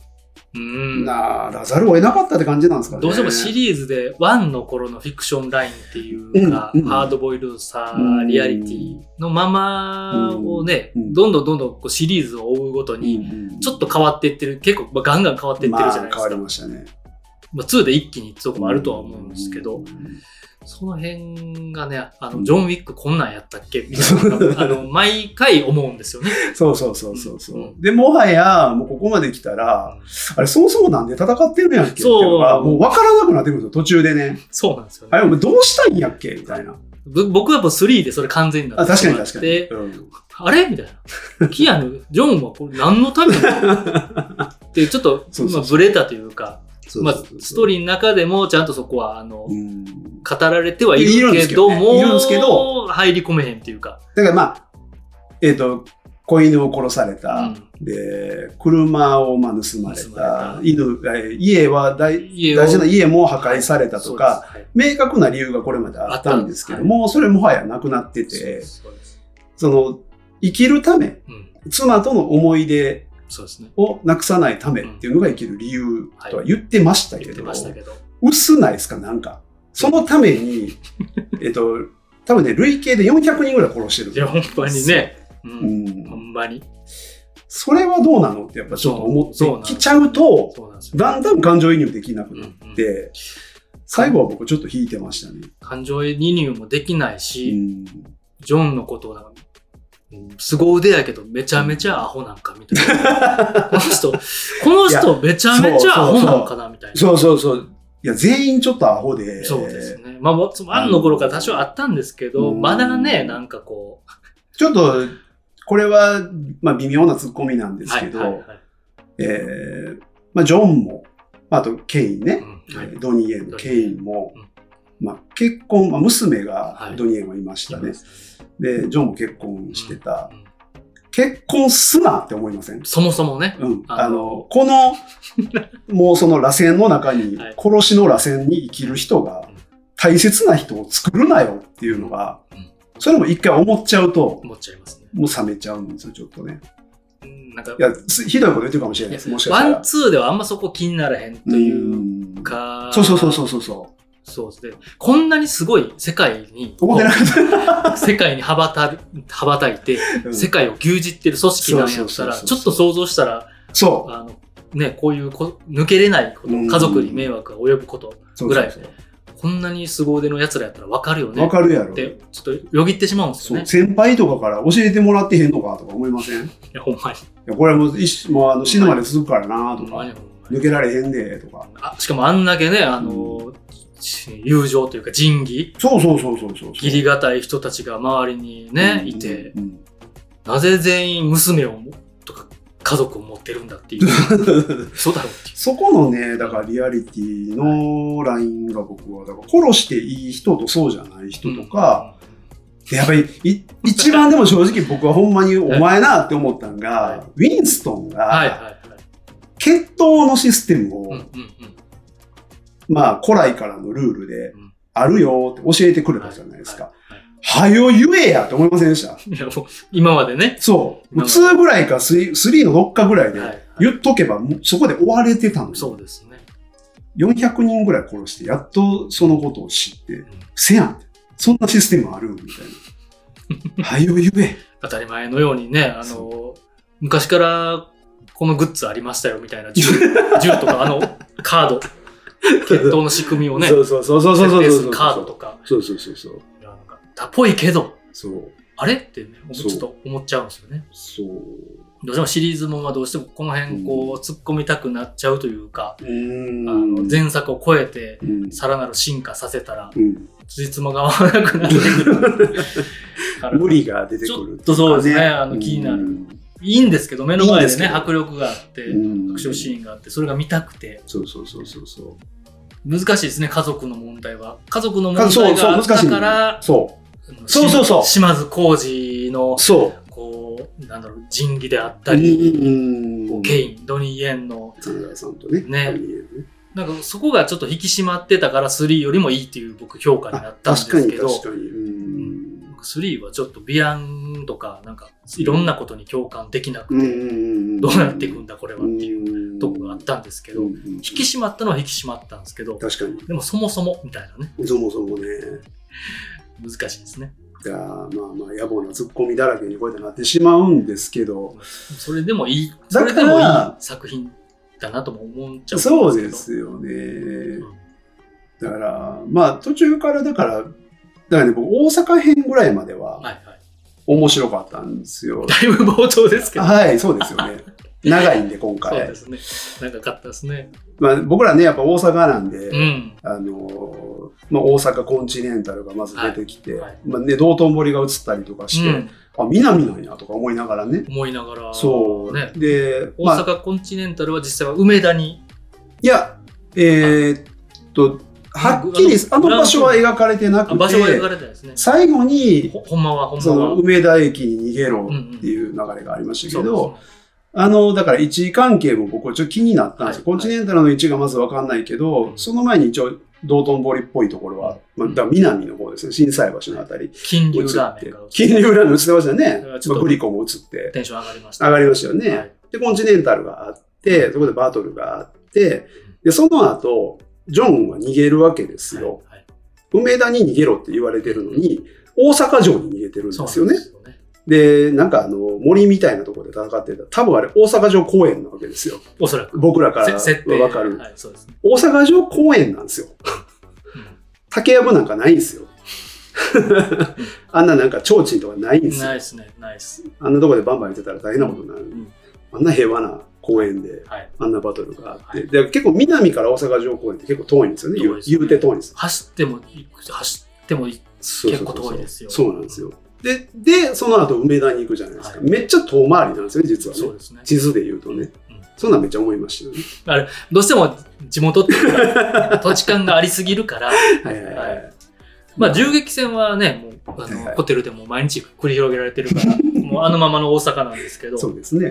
S1: うん
S2: ならざるを得なかったって感じなんですかね。
S1: どうしてもシリーズで1の頃のフィクションラインっていうか、
S2: うんうん
S1: ハードボイルさ、
S2: うん
S1: リアリティのままをね、
S2: うん
S1: どんどんどんどんこうシリーズを追うごとに、ちょっと変わっていってる、結構まあガンガン変わっていってるじゃないで
S2: まあ、
S1: す
S2: 変わり
S1: か。
S2: ましたね。
S1: まあ、2で一気にそこもあるとは思うんですけど、
S2: うん
S1: その辺がね、あ
S2: う
S1: の、
S2: ん
S1: ジョン・ウィックこんなんやったっけみたいなのが、あ の、毎回思うんですよね。
S2: そうそうそうそうそう、
S1: うん
S2: で、もはや、もうここまで来たら、あれ、そもそもなんで戦ってるんやっけっていうのが、
S1: そう
S2: もう分からなくなってくるんですよ、途中でね。
S1: そうなんですよ
S2: あ
S1: ね。
S2: れ、お前どうしたいんやっけみたいな。
S1: ぶ僕はもう3でそれ完全にな
S2: あ
S1: って
S2: 確
S1: し
S2: か
S1: ま
S2: に
S1: って
S2: 確かに。うん
S1: あれみたい な。キアヌ、ジョンはこれ何のためにって、ちょっと
S2: そ
S1: ま
S2: うそうそう
S1: あブレたというか、
S2: そう
S1: まあ
S2: そうそう、
S1: ストーリーの中でもちゃんとそこは、あの、
S2: う
S1: 語
S2: ん
S1: られてはいるけども、
S2: いるんですけど
S1: 入り込めへんっていうか、
S2: だからまあ、えっ、と、子犬を殺された。
S1: うん
S2: で、車をまあ盗まれ
S1: 盗
S2: た
S1: ま、れ
S2: 犬えー家は大
S1: 家を
S2: 大事な家も破壊されたとか、、
S1: そうです
S2: 明確な理由がこれまであったんですけども、それもはやなくなってて、
S1: そうです
S2: その、生きるため、
S1: うん
S2: 妻との思い出
S1: そうですね。
S2: をなくさないためっていうのが生きる理由とは言ってましたけ
S1: 言って
S2: ど、
S1: ましたけど。
S2: 薄ないですか、なんか。そのため に、えっと、多分ね、累計で400人ぐらい殺してる。
S1: いや、ほんまにね。う。
S2: うん
S1: ほ
S2: ん、
S1: んまに。
S2: それはどうなのってやっぱちょっと
S1: そうな
S2: 思
S1: ん
S2: っ
S1: で
S2: て
S1: す
S2: きちゃうと、
S1: そうなんですよ。
S2: だんだん感情移入できな
S1: う
S2: く
S1: ん
S2: なっ
S1: うん
S2: て、最後は僕ちょっと引いてましたね。
S1: 感情移入もできないうし、
S2: ん、
S1: ジョンのことをなんか、うん凄腕やけどめちゃめちゃアホなんかみたいな。この人、この人めちゃめちゃアホなんかなみたいな。
S2: そうそうそう。いや、全員ちょっとアホで。
S1: そうですね。まあ、もうそのアンの頃から多少あったんですけど、
S2: うん
S1: まだね、なんかこう。
S2: ちょっと、これは、まあ、微妙なツッコミなんですけど、
S1: はいはいはい
S2: えーまあ、ジョンも、まあ、あと、ケイン
S1: う
S2: ね、
S1: んはい
S2: ドニーエンのケインも
S1: うん、
S2: まあ、結婚、まあ、娘
S1: は
S2: が
S1: い
S2: ドニーエンはいましたね。
S1: います
S2: で、ジョンも結婚してた。
S1: うん
S2: ケ結婚すなって思いません
S1: そもそもね。
S2: うん。
S1: あの
S2: あの、この、もうその螺旋の中に
S1: はい、
S2: 殺しの螺旋に生きる人が
S1: うん、
S2: 大切な人を作るなよっていうのが
S1: うん、
S2: それも一回思っちゃうと、
S1: 思っちゃいますね。
S2: もう冷めちゃうんですよ、ちょっとね。
S1: うんなんか
S2: い、や、すひどいこと言ってるかもしれないです。もしかし
S1: ワ
S2: た
S1: ン、
S2: ら。
S1: ツーではあんまそこ気にならへんという
S2: うん
S1: か、
S2: そうそうそうそうそうそ
S1: そうですね。こんなにすごい世界に、
S2: う。思ってなかっ
S1: 世界に羽ばた羽ばたいて、
S2: た。うん
S1: 世界を牛耳ってる組織なんやったら、
S2: そうそうそうそう
S1: ちょっと想像したら、
S2: そ
S1: あの、ね、こういうこ抜けれないこと、
S2: うん
S1: 家族に迷惑が及ぶこと、
S2: う。そう
S1: ぐらい
S2: そうそう
S1: こんなに凄腕の奴らやったらわかるよね。
S2: わかるやろ
S1: っ。て、ちょっとよぎってしまうんです
S2: そ
S1: よ
S2: う。
S1: ね。
S2: 先輩とかから教えてもらってへんのかとか思いませんい
S1: いや、ほんまに。
S2: や、これはもう一もうあの死ぬまで続くからな
S1: ほ
S2: と
S1: んま
S2: か
S1: に、ほんまに
S2: 抜けられへんでとか。
S1: あしかもあんだけね、あの、友情というか仁義、
S2: そうそうそうそうそう。
S1: 義理がたい人たちが周りにね、いて、
S2: うん
S1: なぜ全員娘をもとか家族を持ってるんだって いう、そうだろうっていう。
S2: そこのね、だからリアリティのラインが僕は、だから殺していい人とそうじゃない人とか、でやっぱりい一番でも正直僕はほんまにお前なって思ったんが、
S1: は
S2: ウィンストン
S1: うん、はいはい
S2: が
S1: はい。
S2: 血統のシステムを、
S1: うんうんうん。
S2: まあ古来からのルールで
S1: うん
S2: あるよって教えてくれたじゃないですか。
S1: はい
S2: はよ言えやって思いませんでした
S1: いや、 もう今までね。
S2: そう。もう2ぐらいか 3, 3のどっかぐらいで
S1: はいはい
S2: 言っとけばもうそこで終われてたんですよ
S1: そうですね。
S2: 400人ぐらい殺して、やっとそのことを知って、せやんそんなシステムあるみた いな。はよ言え。
S1: 当たり前のようにね、あの
S2: そ、
S1: 昔からこのグッズありましたよみたいな銃、 銃とかあのカー ド、決闘の仕組みをね、
S2: そうそうそうそうそう
S1: 設
S2: そう
S1: 定
S2: そう
S1: するカードとか、
S2: そうそうそうそう。
S1: いやなんか、だっぽいけど、
S2: そう。
S1: あれってね、ち
S2: そう
S1: ょっと思っちゃうんですよね。
S2: そう。
S1: どうしてもシリーズもんはどうしてもこの辺こう突っ込みたくなっちゃうというか、
S2: うーん。
S1: あの前作を超えて
S2: うん。
S1: さらなる進化させたら、
S2: うん
S1: つじつまが合わなくなってくるから。
S2: 無理が出て
S1: ち
S2: く
S1: ょ
S2: る
S1: っとそうですね、
S2: ね
S1: あの気にな
S2: う
S1: る。
S2: ん
S1: いいんですけど、目の前
S2: いいん
S1: で
S2: です
S1: ね、
S2: けど
S1: 迫力があって、
S2: うん
S1: アクションシーンがあって、それが見たくて、
S2: そうそうそうそうそ
S1: 難しいですね、家族の問題は。家族の
S2: う。
S1: 問題があったか
S2: の
S1: ら、
S2: そ
S1: あの
S2: そうそうそう
S1: し島津浩二の
S2: う。、そう。
S1: こう、なんだろう、仁義であった
S2: うん
S1: り、
S2: うんうん。
S1: ケイン、ドニー・イエンの、
S2: 侍さんとね。
S1: ねなんかそこがちょっと引き締まってたから3よりもいいっていう僕評価にな
S2: あ
S1: ったんで
S2: 確か
S1: す
S2: に
S1: けど、
S2: 確かに。うん。
S1: 3はちょっとビアンとか、なんかいろんなことに共感できなく
S2: うんう
S1: て、
S2: んうんん
S1: どうなっていくんだこれはっていう
S2: う
S1: とこがあったんですけど、
S2: うんうんうん
S1: 引き締まったのは引き締まったんですけど、
S2: 確かに
S1: でもそもそもみたいなね、
S2: そもそもね
S1: 難しいですね。
S2: じゃあまあまあ野暮なツッコミだらけにこうやってなってしまうんですけど
S1: それでもいい、そ
S2: だ
S1: れ
S2: から
S1: でもいい作品だなとも思っちゃう
S2: そ
S1: ん
S2: う
S1: け
S2: で
S1: ど。
S2: すよね
S1: ん
S2: だからまあ途中からだからだからね僕大阪編ぐらいまで
S1: は
S2: はい
S1: はい。
S2: 面白かったんで すよ、
S1: だいぶ冒頭ですけど。
S2: はいそうですよね長いんで今
S1: そう
S2: 回、
S1: ですね。長かったですね。
S2: まあ、僕らねやっぱ大阪なんで、
S1: うん。
S2: あのまあ、大阪コンチネンタルがまず出てきて、
S1: はいはい
S2: まあね、道頓堀が映ったりとかして、
S1: うん
S2: あ南なんやとか思いながらね
S1: 思いながら、
S2: そう。
S1: ね。
S2: で、
S1: 大
S2: まあ、
S1: 阪コンチネンタルは実際は梅田に、
S2: いや、えーっと、はっきり、
S1: あ
S2: あ
S1: の
S2: の場所は描かれてな
S1: あ
S2: く
S1: 場所が描か
S2: て、
S1: れたんですね。
S2: 最後に、
S1: ほほんまはほん
S2: そ
S1: まは。
S2: の、梅田駅に逃げろ
S1: うんうん
S2: っていう流れがありました
S1: そうで
S2: け
S1: す
S2: ど、あの、だから位置関係も僕はちょっと気になったんですよ。
S1: はい
S2: コンチネンタルの位置がまずわかんないけど、その前に一応、道頓堀っぽいところは、まあ、だから南の方ですね、震災橋のあたり。
S1: 金龍
S2: 映
S1: ラ
S2: っ
S1: ーメ
S2: て
S1: ンが。
S2: 金流ラーメン映ってましたね
S1: だから。ちょっ
S2: ま
S1: と
S2: あ、グリコも映って。
S1: テンション上がりました。
S2: 上がりましたよね。
S1: はい
S2: で、コンチネンタルがあって、そこでバトルがあって、で、その後、ジョンは逃げるわけですよ。
S1: はいはい
S2: 梅田に逃げろって言われてるのに、大阪城に逃げてるんで
S1: そう
S2: すよね
S1: なん。ですよね。
S2: で、なんかあの、森みたいなところで戦ってた。多分あれ、大阪城公園なわけですよ。
S1: おそらく。
S2: 僕らから
S1: せ設定。
S2: はわかる。
S1: はい、そうですね。
S2: 大阪城公園なんですよ。竹やぶなんかないんですよ。 あんななんか提灯とかないん
S1: う
S2: で
S1: ん
S2: す
S1: ナ
S2: よ。
S1: イスね、ナイス。
S2: あんなとこでバンバンやってたら大変なことになる。
S1: ん
S2: あんな平和な公園で。
S1: はい。
S2: あんなバトルがあって、
S1: はい
S2: で結構南から大阪城公園って結構遠いんですよね、
S1: 遠い
S2: 言
S1: で
S2: う
S1: すね
S2: 言うて遠いんです
S1: 走ってもいい、走ってもいい。
S2: そうそうそう
S1: 結構遠いですよ
S2: そうなんですよ。で、でその後梅田に行くじゃないですか。
S1: はい
S2: めっちゃ遠回りなんですよね、実は
S1: そう
S2: ね。
S1: ですね。
S2: 地図で言うとね。
S1: うん
S2: そんなんめっちゃ思いましたよね。
S1: どうしても地元って いうか土地感がありすぎるから、
S2: はいはいはい。
S1: まあ銃撃戦はね、もうあ
S2: はいは
S1: の
S2: い
S1: ホテルでも毎日繰り広げられてるか ら、もうあのままの大阪なんですけど。
S2: そうですね。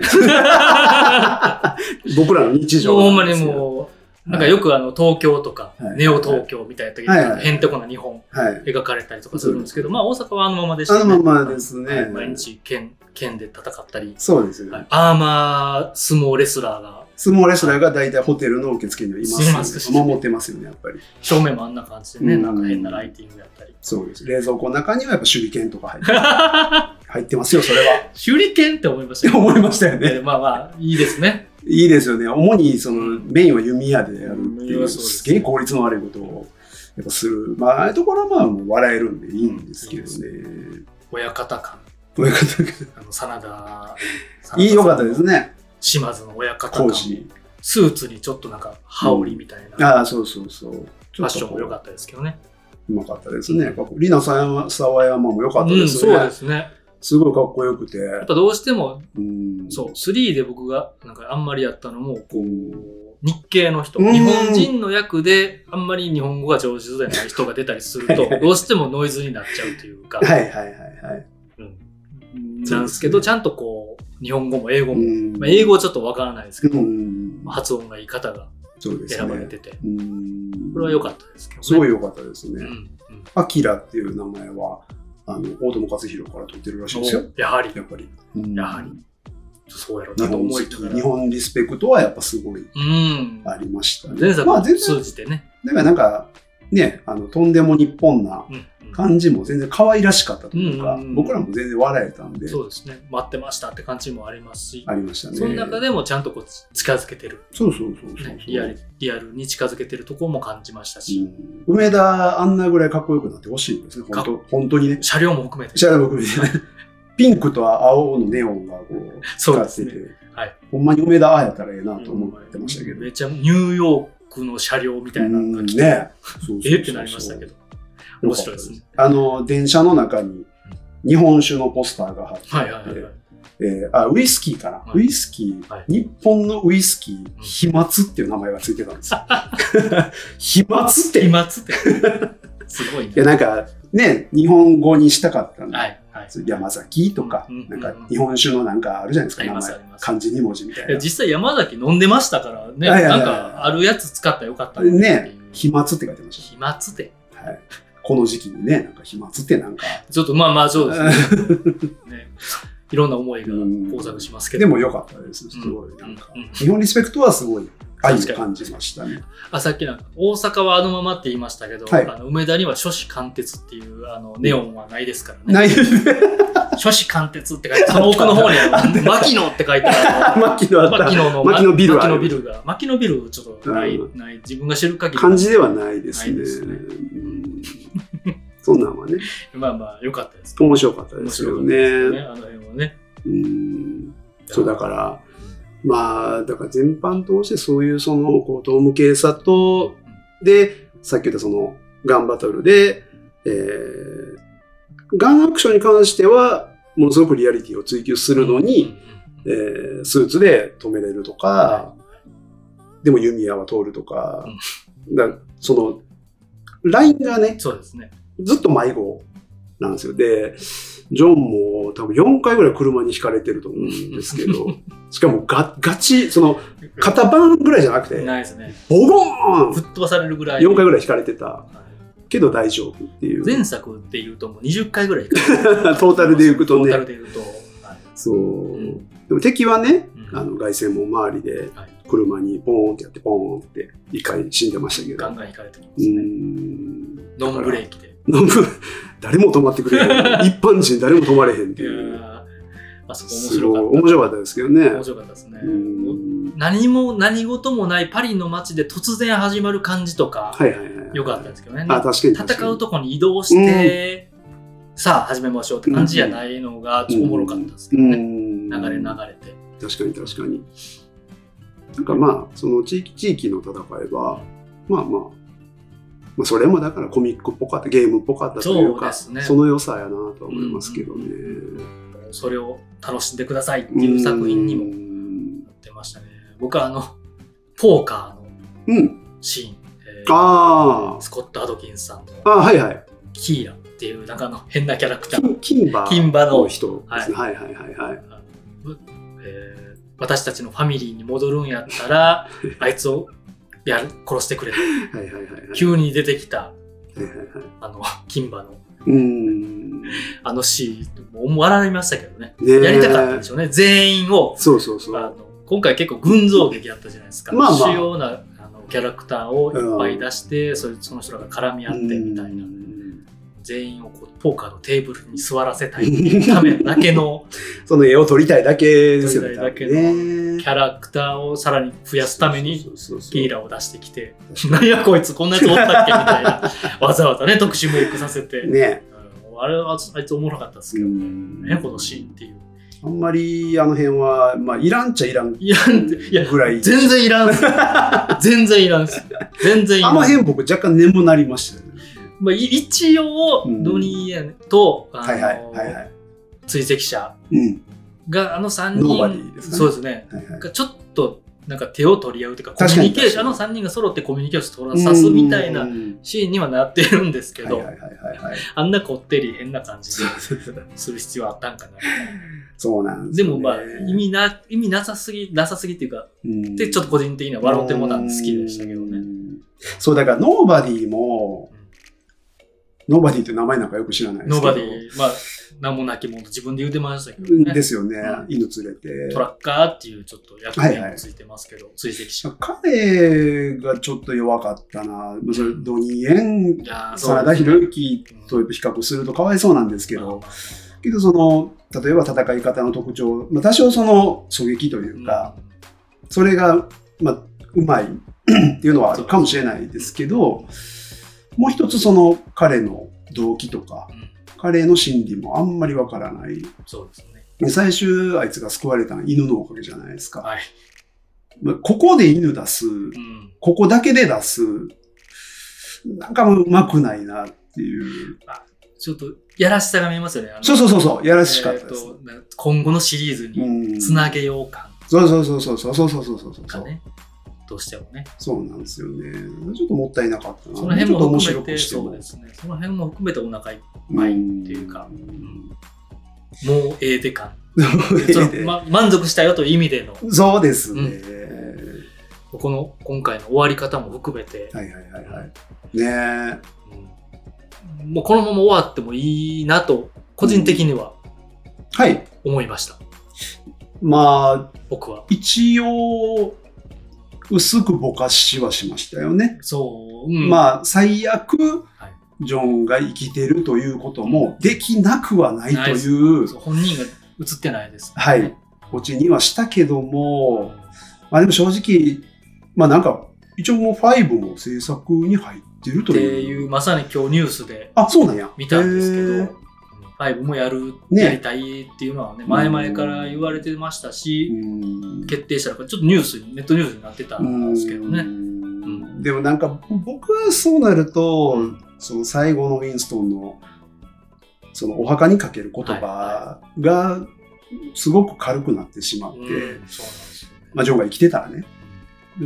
S2: 僕らの日常
S1: もうほんま
S2: で
S1: に
S2: すよ
S1: もう、なんかよくあの東京とか、
S2: はい
S1: ネオ東京みたいな時に、
S2: はいはいはい
S1: へんてこな日本
S2: はい。はい
S1: 描かれたりとかするんですけど、まあ大阪はあのままでし
S2: あ
S1: た
S2: のままですね
S1: はい毎日県、県で戦ったり、
S2: そうですよ
S1: は
S2: ね
S1: い。アーマー相撲レスラーが
S2: 相撲レスラーが大体ホテルの受付にはい
S1: い
S2: ま
S1: ますす
S2: よね。守ってますよね、やっぱり。
S1: 正面もあんな感じでね、
S2: うん
S1: なんか変なライティングやったり。
S2: そうです。冷蔵庫の中にはやっぱ手裏剣とか入って 入ってますよ、それは。っ
S1: 手裏剣って思いました
S2: て
S1: よ。
S2: 思いましたよね。
S1: えーまあまあ、いいですね。
S2: いいですよね。主にそのメインは弓矢でやるって
S1: う
S2: い
S1: ん
S2: う、
S1: そうです
S2: すげえ効率の悪いことをやっぱする。まあ、ああいうところはまあもう笑えるんでいいんですけどね。
S1: 親方感。
S2: こういうことが
S1: あの、真田。
S2: いい、よかったです。ね。
S1: 島津の親方
S2: 講
S1: 感。
S2: 師。
S1: スーツにちょっとなんか、羽織みたいな。フ
S2: ああ、そうそうそう。フ
S1: ァッションも良かったですけどね。
S2: うまかったですね。リナさんは沢山も良かった
S1: う
S2: で
S1: ん、
S2: す
S1: そ
S2: ね。
S1: うですね。や
S2: すごいかっこよくて。
S1: っぱどうしても、
S2: うん、
S1: そう、3で僕が、なんかあんまりやったのも、こ
S2: うん
S1: う、日系の人、
S2: うん
S1: 日本人の役で、あんまり日本語が上手でない人が出たりする と、どうしてもノイズになっちゃうというか、
S2: はいはいはいはい。
S1: うん、なんですけど、ちゃんとこう、日本語も英語も、
S2: うん
S1: まあ、英語はちょっとわからないですけど、
S2: うん
S1: まあ発音がいい方が
S2: そうですね。
S1: 選ばれてて、
S2: うん
S1: これは良かったですけどね。
S2: すごい良かったです
S1: う
S2: ね。
S1: ん。うん
S2: アキラっていう名前は、あの、大友克洋から取ってるらしいですよ。
S1: やはり、
S2: やっぱり。うん
S1: やはり。そうやろう
S2: 日
S1: なと
S2: 本
S1: 思
S2: 好
S1: いなが
S2: き、
S1: ら
S2: 日本リスペクトはやっぱすごい
S1: うん。
S2: ありましたね。
S1: 前作
S2: まあ
S1: を
S2: 全
S1: 通
S2: 然、
S1: じてね。
S2: だからなんか、ね、あの、とんでも日本な
S1: うんうん
S2: 感じも全然可愛らしかったというか、
S1: うんうんうん
S2: 僕らも全然笑えたんで、
S1: そうですね。待ってましたって感じもありますし、
S2: ありましたね。
S1: その中でもちゃんとこう近づけてる、
S2: そうそうそうそうそう、
S1: ねリアル。リアルに近づけてるところも感じましたし、
S2: うん梅田あんなぐらいかっこよくなってほしいですね。
S1: か
S2: 本当本当にね。
S1: 車両も含めて。
S2: シャラ僕みたいな。ピンクと青のネオンがこう、
S1: そう
S2: 光
S1: で
S2: っ
S1: す
S2: てて、
S1: ね。はい
S2: ほんまに梅田ああやったらええなと思ってましたけど。
S1: めちゃニューヨークの車両みたいなの
S2: う
S1: が
S2: ん
S1: 来て、
S2: ね。そうそうそうそう
S1: えってなりましたけど。。面白いですね
S2: よかったあの、電車の中に日本酒のポスターが貼ってあっ
S1: は
S2: て、
S1: いはいはいはい。
S2: えーあ、ウイスキーかな、
S1: はい
S2: ウイスキー、
S1: はい
S2: 日本のウイスキー、飛沫っていう名前がついてた んですよ。飛沫って。
S1: 飛
S2: い
S1: 沫 って。すごいね。
S2: や、なんか、ね、日本語にしたかったんで、
S1: はいはい。
S2: 山崎とか、
S1: うんうんうんうん
S2: なんか日本酒のなんかあるじゃないですか、
S1: あり
S2: 名
S1: ます
S2: 前
S1: あり。ます
S2: 漢字2文字みたい
S1: いや
S2: な。
S1: 実際山崎飲んでましたからね、
S2: はいはい
S1: な
S2: は
S1: いんかあるやつ使ったらよかったのにって
S2: ね
S1: いう、
S2: 飛沫って書いてまし
S1: 飛沫って。
S2: た。はい。この時期にね、なんか飛沫ってなんか、
S1: ちょっとまあまあそうですね。ねいろんな思いが
S2: うん
S1: 交錯しますけど。
S2: でも良かったです。すごい、なんか、
S1: うんうん
S2: 日本リスペクトはすごい愛を
S1: 確かに
S2: 感じましたね。
S1: あ、さっきなんか、大阪はあのままって言いましたけど、
S2: はい
S1: あの梅田には諸子貫徹っていうあのネオンはないですからね。
S2: ない、
S1: 諸子貫徹って書いて、 その奥の方にあの、牧野って書いて ある。
S2: 牧野あった
S1: 牧。野の
S2: 牧野ビルある
S1: 牧野ビルが、牧野ビルちょっとない、
S2: う
S1: ない、自分が知る限り。
S2: 感じではないです
S1: な
S2: ね。
S1: いですね
S2: うんそんなんはね、
S1: まあまあ、良かったです。
S2: 面白かったで
S1: 面
S2: す
S1: 白
S2: よ
S1: かったです
S2: ね。
S1: ね。あの辺はね。
S2: うんそうだから、まあ、だから全般通してそういうその、こう、ドーム警察と、で、さっき言ったその、ガンバトルで、えーガンアクションに関しては、ものすごくリアリティを追求するのに、えースーツで止めれるとか
S1: は、
S2: でも弓矢は通るとか
S1: うん、
S2: だからその、ラインがね、
S1: そうですね。
S2: ずっと迷子なんですよ。で、ジョンも多分4回ぐらい車にひかれてると思うんですけど、しかもガガチ、その、肩バンぐらいじゃなくて、
S1: ないですね。
S2: ボゴ
S1: 吹
S2: ーン
S1: っ飛ばされるぐらい。
S2: !4 回ぐらいひかれてた
S1: はい
S2: けど大丈夫っていう。
S1: 前作っていうともう20回ぐらいト
S2: トータルでいくと
S1: トータル
S2: ね。
S1: で言うと。はい
S2: そう
S1: うん。
S2: でも敵はね、
S1: うん
S2: あの、外線も周りで
S1: はい
S2: 車にポーンってやって、ポーンって一回死んでましたけど。
S1: ガン
S2: う
S1: ガン引かれてきますね。
S2: ん。
S1: ノンブレーキで。
S2: だから。ノンブレーキ誰も止まってくれな い。一般人誰も止まれへんって
S1: いやー
S2: いう。
S1: まあそこ面
S2: す
S1: 白
S2: ごい
S1: か
S2: 面白かったですけどね
S1: った。。面白かったですね
S2: う。ん
S1: 何も何事もないパリの街で突然始まる感じとか、
S2: はいはいはい。
S1: よかったですけどね。
S2: あ、確かに確かに。
S1: 戦うとこに移動して、さあ始めましょうって感じじゃないのがおもろかったですけど
S2: う
S1: ね。
S2: ん。
S1: 流れ流れて。
S2: 確かに確かに。なんかまあ、その地域地域の戦いは、まあまあ、まあ、それもだからコミックっぽかった、ゲームっぽかったというか、
S1: そうですね
S2: の良さやなとは思いますけどね。
S1: それを楽しんでくださいっていう作品にもなってましたね。僕はあの、ポーカーの
S2: うん。うん。
S1: シーン、えー
S2: あ
S1: スコット・アドキンスさんの
S2: あ。あはいはい。
S1: キーラ、っていう中の変なキャラクター。
S2: 金馬
S1: 金馬の
S2: の人ですね。はいはいはいはい。
S1: えー私たちのファミリーに戻るんやった ら、あいつをやる殺してくれと。
S2: はいはいはいはい。
S1: 急に出てきた、
S2: はいはいはい
S1: あの、金馬の
S2: うーん。ね
S1: あのシーン、もう笑いましたけどね。
S2: え
S1: やりたかったんでしょうね。全員を、
S2: そうそう
S1: あ
S2: そう。
S1: の今回結構群像劇やったじゃないですか。
S2: まあまあ
S1: 主要なあのキャラクターをいっぱい出して、それその人らが絡み合ってみたいな
S2: う。ん
S1: 全員をこうポーカーのテーブルに座らせたいっていうためだけの
S2: その絵を撮りたいだけですよね。
S1: 撮りたいだけの
S2: 多
S1: キ
S2: 分ね
S1: ャラクターをさらに増やすために、ピー
S2: ラ
S1: ラを出してきて、なんやこいつこんなやつおったっけみたい な、わざわざね、特殊メイクさせて、
S2: ね
S1: うんあれはあいつおもろかったですけどね、ねこのシーンっていう。
S2: あんまりあの辺は、まあ、いらんちゃいらん
S1: いや、いや、
S2: ぐらい。
S1: 全然いらんっ す。全然いらんっす。全然いら
S2: あ
S1: ん。
S2: の辺僕若干眠なりましたよね。
S1: まあ、い一応、
S2: うん
S1: ドニーエンと、あの
S2: はいはいはいはい。
S1: 追跡者
S2: うん。
S1: が、あの3
S2: ノー
S1: 人、
S2: バディですかね
S1: そうですね。
S2: はいはい
S1: がちょっとなんか手を取り合うというか、コミ
S2: 確
S1: ュ
S2: かに
S1: ニケーション、あの3人が揃ってコミュニケーションを取らさすみたいな
S2: うん
S1: シーンにはなってるんですけど、
S2: はいはいはいはいはい。
S1: あんなこってり変な感じでする必要あったんかなみたいな。
S2: そうなん
S1: です
S2: よね
S1: もまあ、意、味な、意味なさすぎ、なさすぎっていうか、
S2: うん
S1: で、ちょっと個人的には笑ってもらったんで好きでしたけど
S2: う
S1: ね。
S2: ん。そう、だから、ノーバディも、ノーバディって名前なんかよく知らないで
S1: ノ
S2: すけ
S1: ーバ
S2: ど。
S1: ディ、まあ、名もなき者、自分で言うてましたけど
S2: うん
S1: ね。
S2: ですよね
S1: うん。
S2: 犬連れて
S1: ト。ラッカーっていうちょっと役目もついてますけど、追跡者。
S2: 彼がちょっと弱かったな。まあそれドニーエン、
S1: いやーで
S2: 真田
S1: すね
S2: 広之と比較するとかわいそうなんですけど、けどその、例えば戦い方の特徴、まあ、多少その狙撃というか、それが、まあ、うまい っていうのはあるかもしれないですけど、もう一つその彼の動機とか
S1: う、ん、うん
S2: 彼の心理もあんまりわからない。
S1: そうですね。
S2: で最終、あいつが救われたのは犬のおかげじゃないですか。
S1: はい。
S2: まあここで犬出す、
S1: うん
S2: ここだけで出す、なんかもううまくないなっていう。
S1: ちょっと、やらしさが見えますよね。あの
S2: そうそうそうそう、やらしかった
S1: えー
S2: で
S1: と
S2: す。
S1: な今後のシリーズに
S2: うん
S1: つなげよう感
S2: そうそうそうそうそうそうそうそうそう
S1: がね、どうしてもね。
S2: そうなんですよね。ちょっともったいなかったな。
S1: その辺も
S2: うちょ
S1: 含
S2: っと面白
S1: めて、
S2: くして
S1: そう
S2: も
S1: ですね。その辺も含めてお腹いっ
S2: ま
S1: ぱいっていうか、
S2: ん
S1: もうええで 感。そ
S2: そ
S1: のま満足したよという意味での、
S2: そうですね、
S1: この今回の終わり方も含めて、
S2: はいはいはいはい。ね
S1: うんもうこのまま終わってもいいえなと、個人的には
S2: え。はい。
S1: 思いました。
S2: まあ、
S1: 僕は。
S2: 一応、薄くぼかしはしましたよね。
S1: そう、うん
S2: まあ、最悪、
S1: はい
S2: ジョンが生きてるということもできなくはないという、
S1: そう本人が映ってないですか
S2: は
S1: らね、
S2: い、オチにはしたけども、
S1: うん
S2: まあでも正直、まあなんか、一応もう5も制作に入ってる
S1: って
S2: という。
S1: いう、まさに今日ニュースで
S2: あ、そうなんや。
S1: 見たんですけ
S2: へ
S1: ど
S2: ー、
S1: 5もやる、
S2: ね
S1: やりたいっていうのはね、前々から言われてましたし、
S2: うん
S1: 決定したら、ちょっとニュースに、ネットニュースになってたんですけど
S2: う
S1: ね。
S2: んでもなんか僕はそうなると、その最後のウィンストンのそのお墓にかける言葉がすごく軽くなってしまっ
S1: う
S2: て、
S1: ん、そうなんですよね。
S2: まあ、ジョンが生きてたらね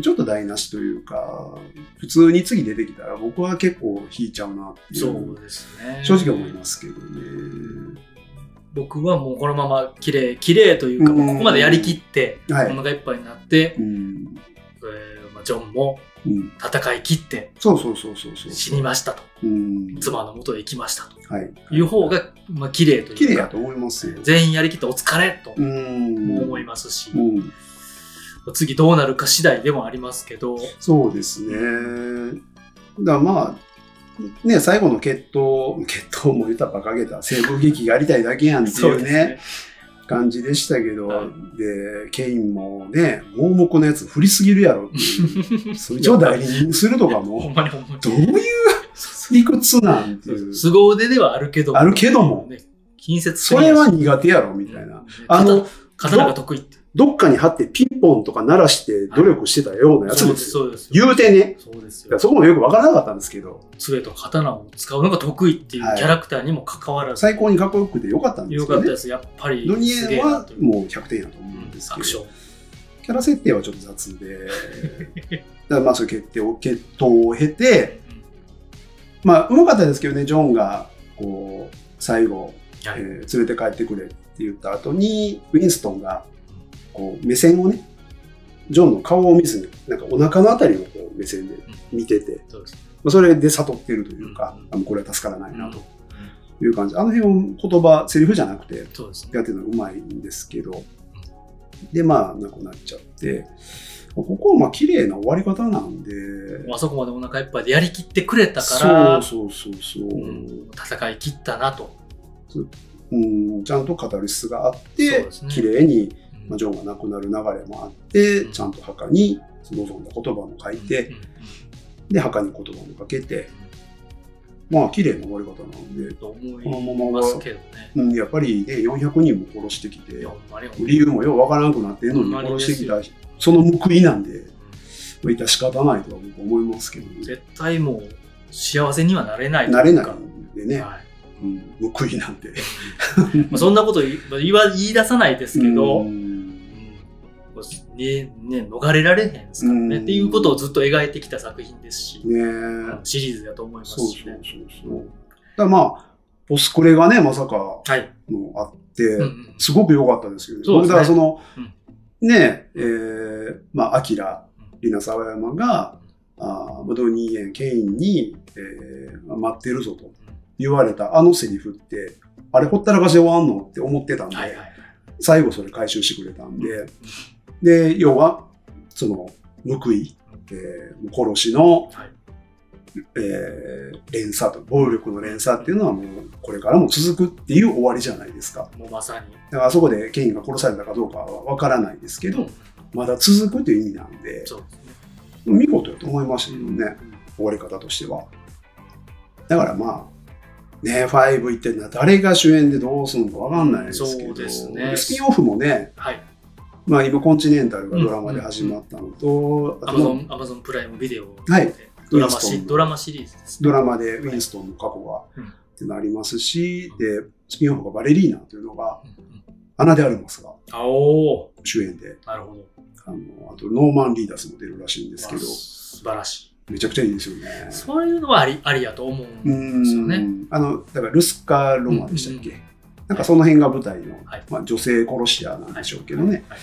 S2: ちょっと台無しというか普通に次出てきたら僕は結構引いちゃうなってい
S1: そううですね。
S2: 正直思いますけどね。
S1: 僕はもうこのまま綺麗綺麗というか、
S2: うん
S1: ここまでやりきって、
S2: はい
S1: お腹いっぱいになって、
S2: うん
S1: えーまあ、ジョンも
S2: うん、
S1: 戦い切って
S2: そうそうそうそうそう。
S1: 死にましたと、
S2: うん、
S1: 妻の元へ行きましたと
S2: はい、
S1: いう方が、まあ、綺麗と
S2: 綺
S1: い
S2: 麗
S1: う
S2: だ
S1: か、
S2: と思いますよ。
S1: 全員やりきってお疲れと
S2: うん、
S1: 思いますし、
S2: うん
S1: 次どうなるか次第でもありますけど、
S2: そうですね。だからまあ、ね、最後の決闘、決闘も言ったら馬鹿げた、西部劇やりたいだけやんっていうね、感じでしたけど、
S1: はい
S2: で、ケインもね、盲目のやつ振りすぎるやろって いう、それ以上代理人するとか
S1: ほん
S2: も、
S1: まにほんまに
S2: どういう理屈なんていう、
S1: 凄腕ではあるけども
S2: あるけども、
S1: ね、近接す
S2: そ
S1: るんで
S2: れ
S1: す
S2: は苦手やろみたいな。あの、
S1: 刀刀が得意って。
S2: どっかに貼ってピンポンとか鳴らして努力してたようなやつ
S1: そう
S2: で
S1: です、
S2: すよ。
S1: そうです。
S2: 言うてね。
S1: そうです
S2: だから
S1: よ。
S2: そこもよくわからなかったんですけど、
S1: 杖と刀を使うのが得意っていう
S2: はい
S1: キャラクターにもかかわらず、
S2: 最高にかっこよくてよかったんです
S1: よ
S2: よ
S1: かった
S2: ね
S1: で。す。やっぱり
S2: ドニ
S1: す
S2: エ
S1: げえ
S2: ン
S1: な
S2: は
S1: という。
S2: もう100点だと思
S1: う
S2: うんんです
S1: ア
S2: け
S1: クショ
S2: ど、
S1: ン。
S2: キャラ設定はちょっと雑で、だからまあそういう決定を、決闘を経て、
S1: うん
S2: まあうまかったですけどね、ジョンがここう最後、
S1: はい
S2: えー連れて帰ってくれって言った後にウィンストンがこう目線をねジョンの顔を見ずになんかお腹のあたりのこう目線で見てて、
S1: そうですね。
S2: まあ、それで悟ってるというか、
S1: うん
S2: あもうこれは助からないな
S1: うん
S2: という感じ、あの辺を言葉セリフじゃなくて
S1: そうですね。
S2: やってるのがうまいんですけど、で、まあ、なくなっちゃって、ここはまあ、綺麗な終わり方なんで、
S1: もうあそこまでお腹いっぱいでやりきってくれたから、
S2: そうそうそうそう、
S1: うん戦い切ったなと。
S2: うんちゃんと語りスがあっ
S1: そう
S2: て
S1: です、ね
S2: 綺麗に、
S1: うん
S2: まあ、ジョンが亡くなる流れもあって、
S1: うん
S2: ちゃんと墓に望んだ言葉も書いて、
S1: うんうん
S2: で、墓に言葉もかけて、まあ、綺麗な終わり方なん
S1: うん
S2: で、
S1: と
S2: この
S1: 思い
S2: まま
S1: ます
S2: は、
S1: けどね。
S2: うん、やっぱりね、400人も殺してきて、
S1: いや、ほんまに
S2: 理由もようわからなくなってんのに殺してきたその報いなんで、まあ、致し方ないとは僕思いますけどね。
S1: 絶対もう幸せにはなれないとうか。
S2: 慣れないんでね、
S1: はい
S2: うん、報いなんで。
S1: まあ、そんなこと言いまあ言わ言い出さないですけど、
S2: う
S1: うん
S2: ん
S1: ねね、逃れられへんですからね、
S2: うん
S1: っていうことをずっと描いてきた作品ですし、
S2: ねえ、
S1: シリーズだと思います
S2: そうそう
S1: し
S2: そう
S1: ね。
S2: そう。だからまあ、ポスクレがね、まさかの
S1: はい、
S2: あって、
S1: うんうん
S2: すごく良かったですよね。
S1: そうですね
S2: 僕だからその、
S1: うん
S2: ねえ、えーまあ、アキラ、リナ・サワヤマが、あーまあドニー・イエン・ケインに、えー待ってるぞと言われたあのセリフって、あれほったらかしで終わんのって思ってたんで、
S1: はいはい
S2: 最後それ回収してくれたんで、で、要は、その、報い、えー殺しの、
S1: はい
S2: えー連鎖と、暴力の連鎖っていうのはもう、これからも続くっていう終わりじゃないですか。
S1: もうまさに、
S2: だからあそこでケインが殺されたかどうかはわからないですけど、まだ続くという意味なんで、
S1: そうですね
S2: 見事だと思いましたけどね、
S1: うん
S2: 終わり方としては。だからまあ、ね、5一体な誰が主演でどうするのかわかんないですけ
S1: そう
S2: ど、
S1: ですね
S2: スピンオフもね、
S1: はい、
S2: まあ、今、コンチネンタルがドラマで始まったのと、あ
S1: ア
S2: と
S1: マゾ
S2: もう
S1: ンアマゾンプライムビデオで、
S2: はい
S1: ドラマ
S2: ウィンスト
S1: シ
S2: ン
S1: ドラマシリーズですね。
S2: ドラマでウィンストンの過去が
S1: うん
S2: ってなりますし、で、スピンオフがバレリーナというのが、
S1: うんうん
S2: アナ・でアルマスが
S1: あお
S2: 主演で、
S1: ーなるほど。
S2: あのあと、ノーマン・リーダスも出るらしいんですけ
S1: まあ
S2: ど、
S1: 素晴らし
S2: めちゃくちゃいいですよね
S1: い。。そういうのはありありやと思うんで
S2: う
S1: すよね。
S2: ん。あの、だから、ルスカ・ロマでしたっけ、
S1: うん
S2: なんかその辺が舞台の、
S1: はい
S2: まあ、女性殺し屋なんでしょうけどね、
S1: はい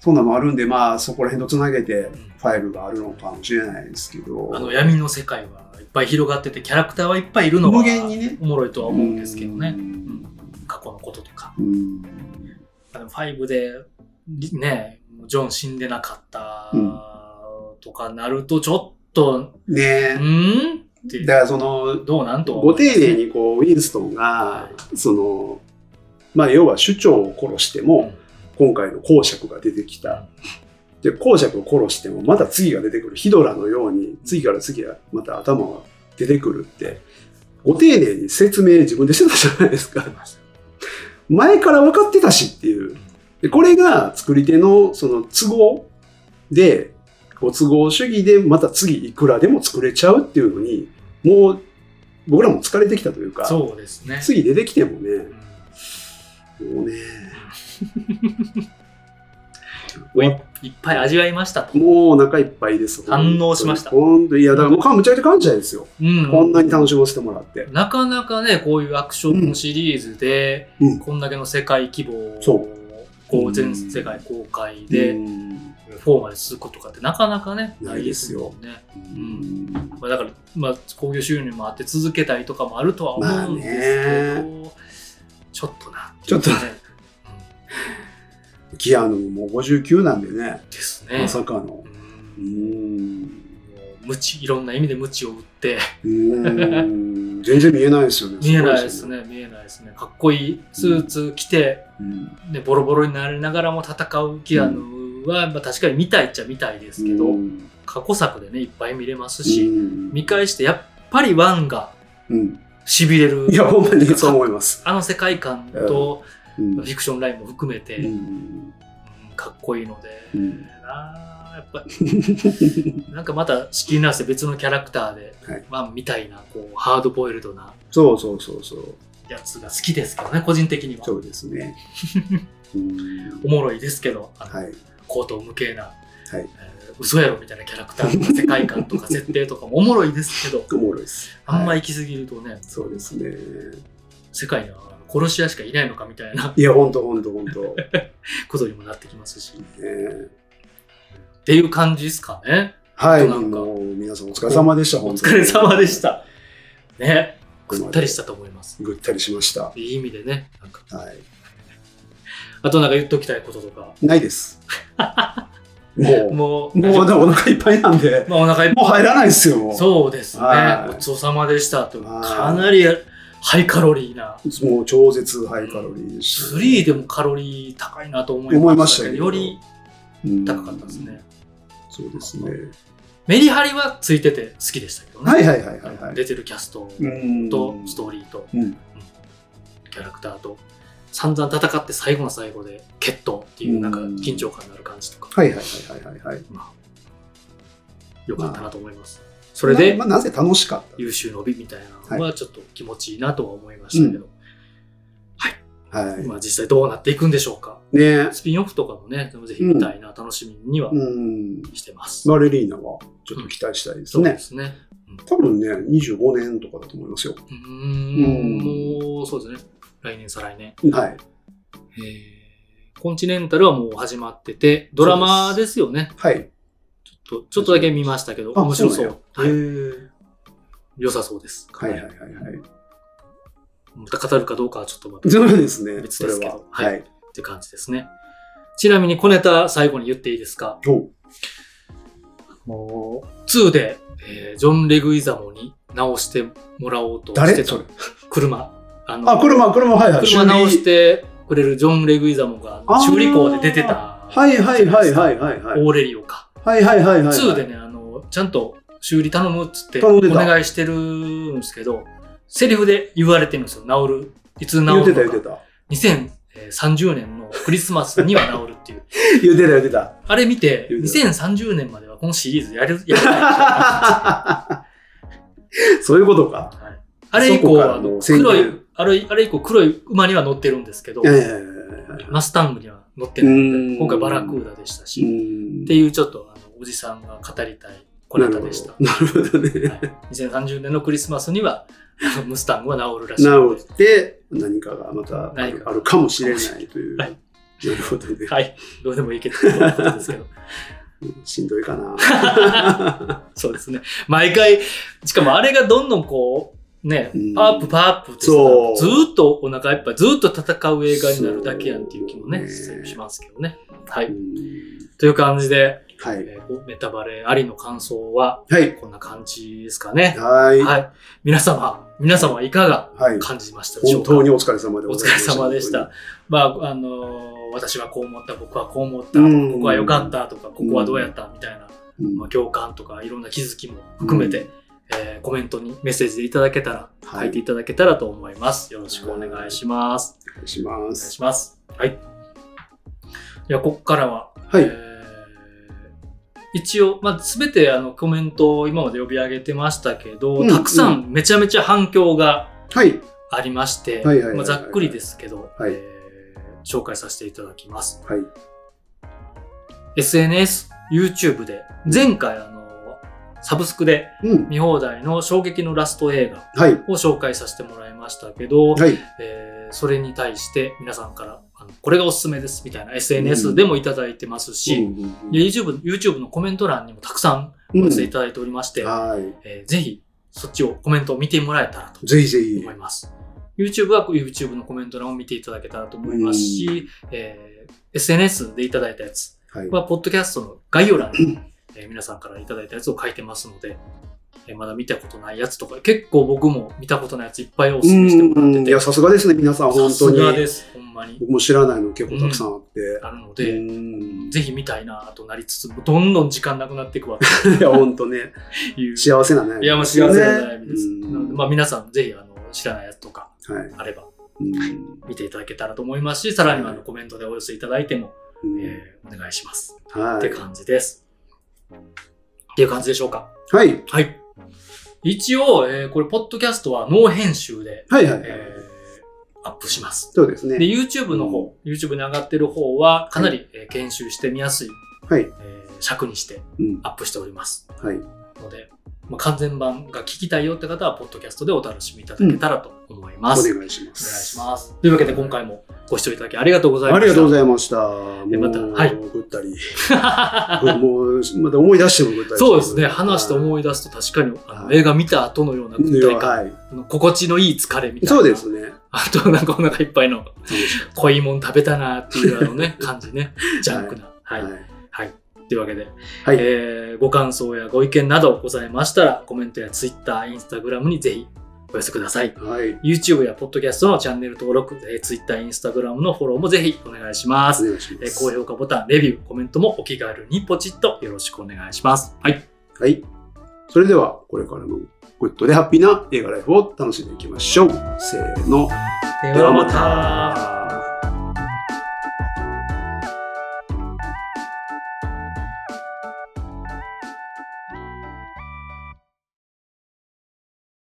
S2: そんなのもあるんで、まあそこら辺とつなげて
S1: ん
S2: ファイルがあるのかもしれないですけど、
S1: あの闇の世界はいっぱい広がっててキャラクターはいっぱいいるのが
S2: 無限にね
S1: おもろいとは思うんですけどね
S2: う
S1: うん
S2: ん
S1: 過去のこととか
S2: うん
S1: あの5でりねジョン死んでなかった
S2: うん
S1: とかなるとちょっと
S2: ね
S1: う
S2: え、
S1: ーんって
S2: だからその
S1: どうなんとは思う
S2: ご
S1: んです
S2: 丁
S1: けど
S2: 寧にこうウィンストンが
S1: は
S2: そのまあ要は首長を殺しても今回の公爵が出てきたで公爵を殺してもまた次が出てくるヒドラのように次から次がまた頭が出てくるってご丁寧に説明自分でしてたじゃないですか
S1: うん
S2: 前から分かってたしっていう。でこれが作り手のその都合で、ご都合主義でまた次いくらでも作れちゃうっていうのに、もう僕らも疲れてきたというか、
S1: そうですね
S2: 次出てきてもね、
S1: うん
S2: もうね、
S1: いいっぱい味わいましたと
S2: もうお腹いっぱいです。
S1: 堪能しました
S2: 本当にいや、だからもうむちゃくちゃ感謝ですよ。
S1: うん
S2: こんなに楽しませてもらって。
S1: なかなかね、こういうアクションシリーズで、
S2: うん
S1: こんだけの世界規模
S2: そ
S1: を
S2: う
S1: こう全世界公開で、
S2: うん
S1: フォーマルすることかってなかなかね、
S2: ないですよ
S1: ないですもんね。まあ、だから、まあ、興行収入もあって続けたりとかもあるとは
S2: まあ
S1: 思うん
S2: ね
S1: ですけど、ちょっとなて
S2: ち
S1: い
S2: ょ
S1: う
S2: っと
S1: ね。
S2: キアヌももう59なんでね、
S1: ですね。
S2: まさかの
S1: う。
S2: うんん
S1: もう無知いろんな意味で無知を打って
S2: うーん全然見えないですよね。
S1: 見えないです
S2: ご
S1: ね見えないですねかっこいいスーツ着て、
S2: うん。
S1: ね、ボロボロになりながらも戦うキアヌは、まあ、確かに見たいっちゃ見たいですけど、
S2: うん
S1: 過去作でねいっぱい見れますし、
S2: うん
S1: 見返してやっぱりワンが
S2: うん
S1: しびれる
S2: いや、ほんまにそう思い ます。
S1: あの世界観と
S2: うん
S1: フィクションラインも含めて、
S2: う
S1: うん
S2: ん
S1: かっこいいので、
S2: うん
S1: なあやっぱり なんかまた仕切り直して別のキャラクターで、
S2: はい
S1: ワンみたいなこうハードボイルドな
S2: そうそうそうそう。
S1: やつが好きですけどね個人的には
S2: そうです ね。うん
S1: おもろいですけどあの
S2: はい。
S1: 高等無形な、
S2: い
S1: えー嘘やろみたいなキャラクターとか世界観 とか設定とかもおもろいですけど
S2: おもろいです。
S1: あんま
S2: り。
S1: 行き過ぎるとね、
S2: そうですね。
S1: 世界には殺し屋しかいないのかみたいない
S2: や、ほんとほんとほんと。ね
S1: ことにもなってきますし。っ
S2: え
S1: ていう感じですかね。
S2: はい、
S1: なんか
S2: もう皆さんお疲れ様でした、
S1: お
S2: 本
S1: 疲れ様でした。ね。
S2: ここまで
S1: ぐったりしたと思います。
S2: ぐったりしました。
S1: いい意味でね。なんか
S2: は
S1: あとなんか言っときたいこととか。
S2: い。な いです。も
S1: もう、
S2: う、もう、でもお腹いっぱいなんで、
S1: まあお腹いっぱ
S2: もう入らないですよ、も
S1: い。
S2: う。
S1: そうですね。
S2: は
S1: ご
S2: い
S1: ちそうさまでしたと。
S2: はい
S1: かなりハイカロリーな。
S2: もう超絶ハイカロリーでした。
S1: 3でもカロリー高いなと思い
S2: 思い
S1: ま
S2: ま
S1: し
S2: したた
S1: け
S2: け
S1: ど、
S2: ど
S1: より
S2: うん
S1: 高かったですね。。
S2: そうですね。
S1: メリハリはついてて好きでしたけどね。
S2: はいはいはいはいはい。
S1: 出てるキャスト
S2: うん
S1: とストーリーと、
S2: うん
S1: キャラクターと散々戦って最後の最後で決闘っていうなんか
S2: うん
S1: 緊張感のある感じとか、
S2: はいはいはいはいはいはい。
S1: まあ、よかったなと思います、それで
S2: な,、まあ、なぜ楽しかっ
S1: 優秀の美みたいなのはちょっと気持ちいいなとは思いましたけど、
S2: たはい。
S1: まあ、実際どうなっていくんでしょうか
S2: ね
S1: スピンオフとかもねぜひ見たいな、楽しみには
S2: うん。
S1: してます、
S2: バレリーナはちょっと期待したいです
S1: そう
S2: ね。
S1: ですね
S2: 多分ね、25年とかだと思いますよ。
S1: うー
S2: うん
S1: んもうそうですね来年再来年
S2: はい。
S1: えーコンチネンタルはもう始まってて、ドラマですよね。
S2: はい。
S1: ちょっとちょっとだけ見ましたけど、
S2: あ
S1: 面白そう。
S2: そうなんや
S1: はい
S2: へー
S1: 良さそうです。
S2: はいはいはいはい。
S1: また語るかどうかはちょっとまたっ
S2: そうですね。
S1: 別ですけど
S2: それは。
S1: はい
S2: はい。
S1: て感じですね。 ちなみに小ネタ最後に言っていいですか
S2: おう
S1: もう、2で、えージョン・レグイザモに直してもらおうとして
S2: 誰
S1: た
S2: それ。
S1: 車。あの
S2: あ、車、車、はいはい。
S1: 車直し
S2: 修理。
S1: てくれるジョン・レグイザモが
S2: あー
S1: 修理工で出てた。
S2: はいはいはいはいはいはい。
S1: オーレリオか。
S2: はいはいはいはいはい。
S1: 2でねあのちゃんと修理頼むっつって
S2: 頼
S1: お
S2: んでた
S1: 願いしてるんですけどセリフで言われてるんですよ治るいつ治る
S2: 言
S1: の
S2: ってた言って
S1: か
S2: た。
S1: 2030年のクリスマスには治るっていう
S2: 言ってた言っ てた。
S1: あれ見て
S2: 言うて
S1: 2030年まではこのシリーズや るやるない
S2: そういうことか。
S1: はいあれ以
S2: そこ
S1: 降
S2: から
S1: あ
S2: の
S1: の
S2: 宣
S1: 黒い
S2: 言
S1: あれあれ以降黒い馬には乗ってるんですけど
S2: ええ
S1: マスタングには乗ってない
S2: うん
S1: 今回バラクーダでしたし
S2: うん
S1: っていうちょっとあのおじさんが語りたい小ネタでした。
S2: なるほどね。
S1: はい2030年のクリスマスに はあのムスタングは治るらしいの
S2: 治
S1: で
S2: って何かがまたあ
S1: 何
S2: る
S1: か
S2: あるかもしれないという。
S1: は
S2: ないるほどね。
S1: はいどうでもいいけどということですけど
S2: しんどい かな。
S1: そうです ね毎回しかもあれがどんどんこうね
S2: うん
S1: パワーアップパワーアップってさ
S2: そう
S1: ずーっとお腹いっぱいずーっと戦う映画になるだけやんっていう気もね
S2: そうね
S1: しますけどねは
S2: う
S1: い
S2: ん
S1: という感じで、
S2: はい。
S1: えーネタバレありの感想は
S2: はい。
S1: こんな感じですかね
S2: はい。
S1: はい皆様皆様はいかが
S2: はい。
S1: 感じましたでしょ
S2: 本
S1: うか
S2: 当にお疲れ様で
S1: お
S2: ご
S1: 疲
S2: ざい
S1: れ
S2: ました。
S1: 様でした。まあ、あのー私はこう思った、僕はこう思った、
S2: うん
S1: ここは良かったとか、ここはどうやったみたいな、
S2: うん
S1: まあ、共感とかいろんな気づきも含めて、えーコメントにメッセージでいただけたら、
S2: は
S1: 書
S2: い
S1: いていただけたらと思います。よろしくお願いします。
S2: お願いしま
S1: お願い
S2: す。
S1: します。はい。では、ここからは、
S2: はい
S1: えー一応、まあ、全てあのコメントを今まで呼び上げてましたけど、
S2: うん
S1: たくさんめちゃめちゃ反響が
S2: はい。
S1: ありまして、
S2: はいはいはいはい
S1: まあざっくりですけど、
S2: はい
S1: えー紹介させていただきます。
S2: はい。
S1: SNS、YouTube で、前回あの、サブスクで
S2: うん。
S1: 見放題の衝撃のラスト映画
S2: はい。
S1: を紹介させてもらいましたけど、
S2: はい。
S1: えーそれに対して皆さんからあのこれがおすすめですみたいな SNS でもいただいてますし、
S2: うんうんうん
S1: YouTube, YouTube のコメント欄にもたくさんお寄せいただいておりまして、
S2: は
S1: えーぜひそっちをコメントを見てもらえたらと
S2: い。ぜひぜひ
S1: 思い。ます。YouTube は YouTube のコメント欄を見ていただけたらと思いますし、えー SNS でいただいたやつ
S2: はい。
S1: は、ポッドキャストの概要欄に、えー皆さんからいただいたやつを書いてますので、えーまだ見たことないやつとか、結構僕も見たことないやついっぱいお
S2: う
S1: 勧めしてもらって
S2: ん。い
S1: て、
S2: や、さすがですね、皆さん、本
S1: さ
S2: 当
S1: すがで
S2: に。
S1: す、ほんまに。
S2: 僕も知らないの結構たくさんあって。
S1: あるので、
S2: うん
S1: ぜひ見たいなとなりつつ、もどんどん時間なくなっていくわ
S2: いや、本当ね。
S1: という。
S2: 幸せなね。
S1: いや、まあ幸せな悩みです。
S2: うん
S1: なので、まあ皆さんぜひ、あの、知らないやつとか
S2: はい。
S1: あれば、
S2: うん
S1: 見ていただけたらと思いますし、さらにはあのコメントでお寄せいただいても、
S2: うん
S1: えーお願いします。
S2: は
S1: って
S2: い。
S1: 感じです。っていう感じでしょうか。
S2: はい。
S1: はい。一応、えーこれ、ポッドキャストはノー編集で、
S2: はいはいはい。
S1: えーアップします。
S2: そうです
S1: で、
S2: ね。
S1: YouTube の方、YouTube に上がってる方は、かなり、えー研修してみやすい、
S2: はい。
S1: えー尺にして
S2: うん。
S1: アップしております
S2: はい。
S1: ので、まあ、完全版が聞きたいよって方は、ポッドキャストでお楽しみいただけたらと思い
S2: お
S1: ます。お願い
S2: 願いします。
S1: します。というわけで、今回もご視聴いただきありがとうございま
S2: あ
S1: した。
S2: りがとうご
S1: い
S2: ざいました。
S1: で
S2: も
S1: ま
S2: う
S1: たはい
S2: ぐったり。
S1: ます。
S2: もう、また思い出してもぐったり。
S1: そうですね。話して思い出すと確かにあの
S2: はい
S1: 映画見た後のような
S2: い
S1: 具体
S2: や
S1: 感、
S2: はい。
S1: あの心地のいい疲れみたいな。
S2: そうですね。
S1: あとなんかお腹いっぱい の濃いもん食べたなっていうあのね、感じね。ジャンクな。はい。はい。というわけで、
S2: はい
S1: えーご感想やご意見などございましたら、コメントや Twitter、Instagram にぜひお寄せください。
S2: はい。はい。
S1: YouTube や Podcast のチャンネル登録、えー Twitter、Instagram のフォローもぜひお願いします
S2: お。願いしま
S1: えー
S2: す。
S1: 高評価ボタン、レビュー、コメントもお気軽にポチッとよろしくお願いします。はい。
S2: はい。それでは、これからもグッドでハッピーな映画ライフを楽しんでいきましょう。せーの。
S1: で
S2: では
S1: は
S2: ま
S1: ま
S2: た
S1: た。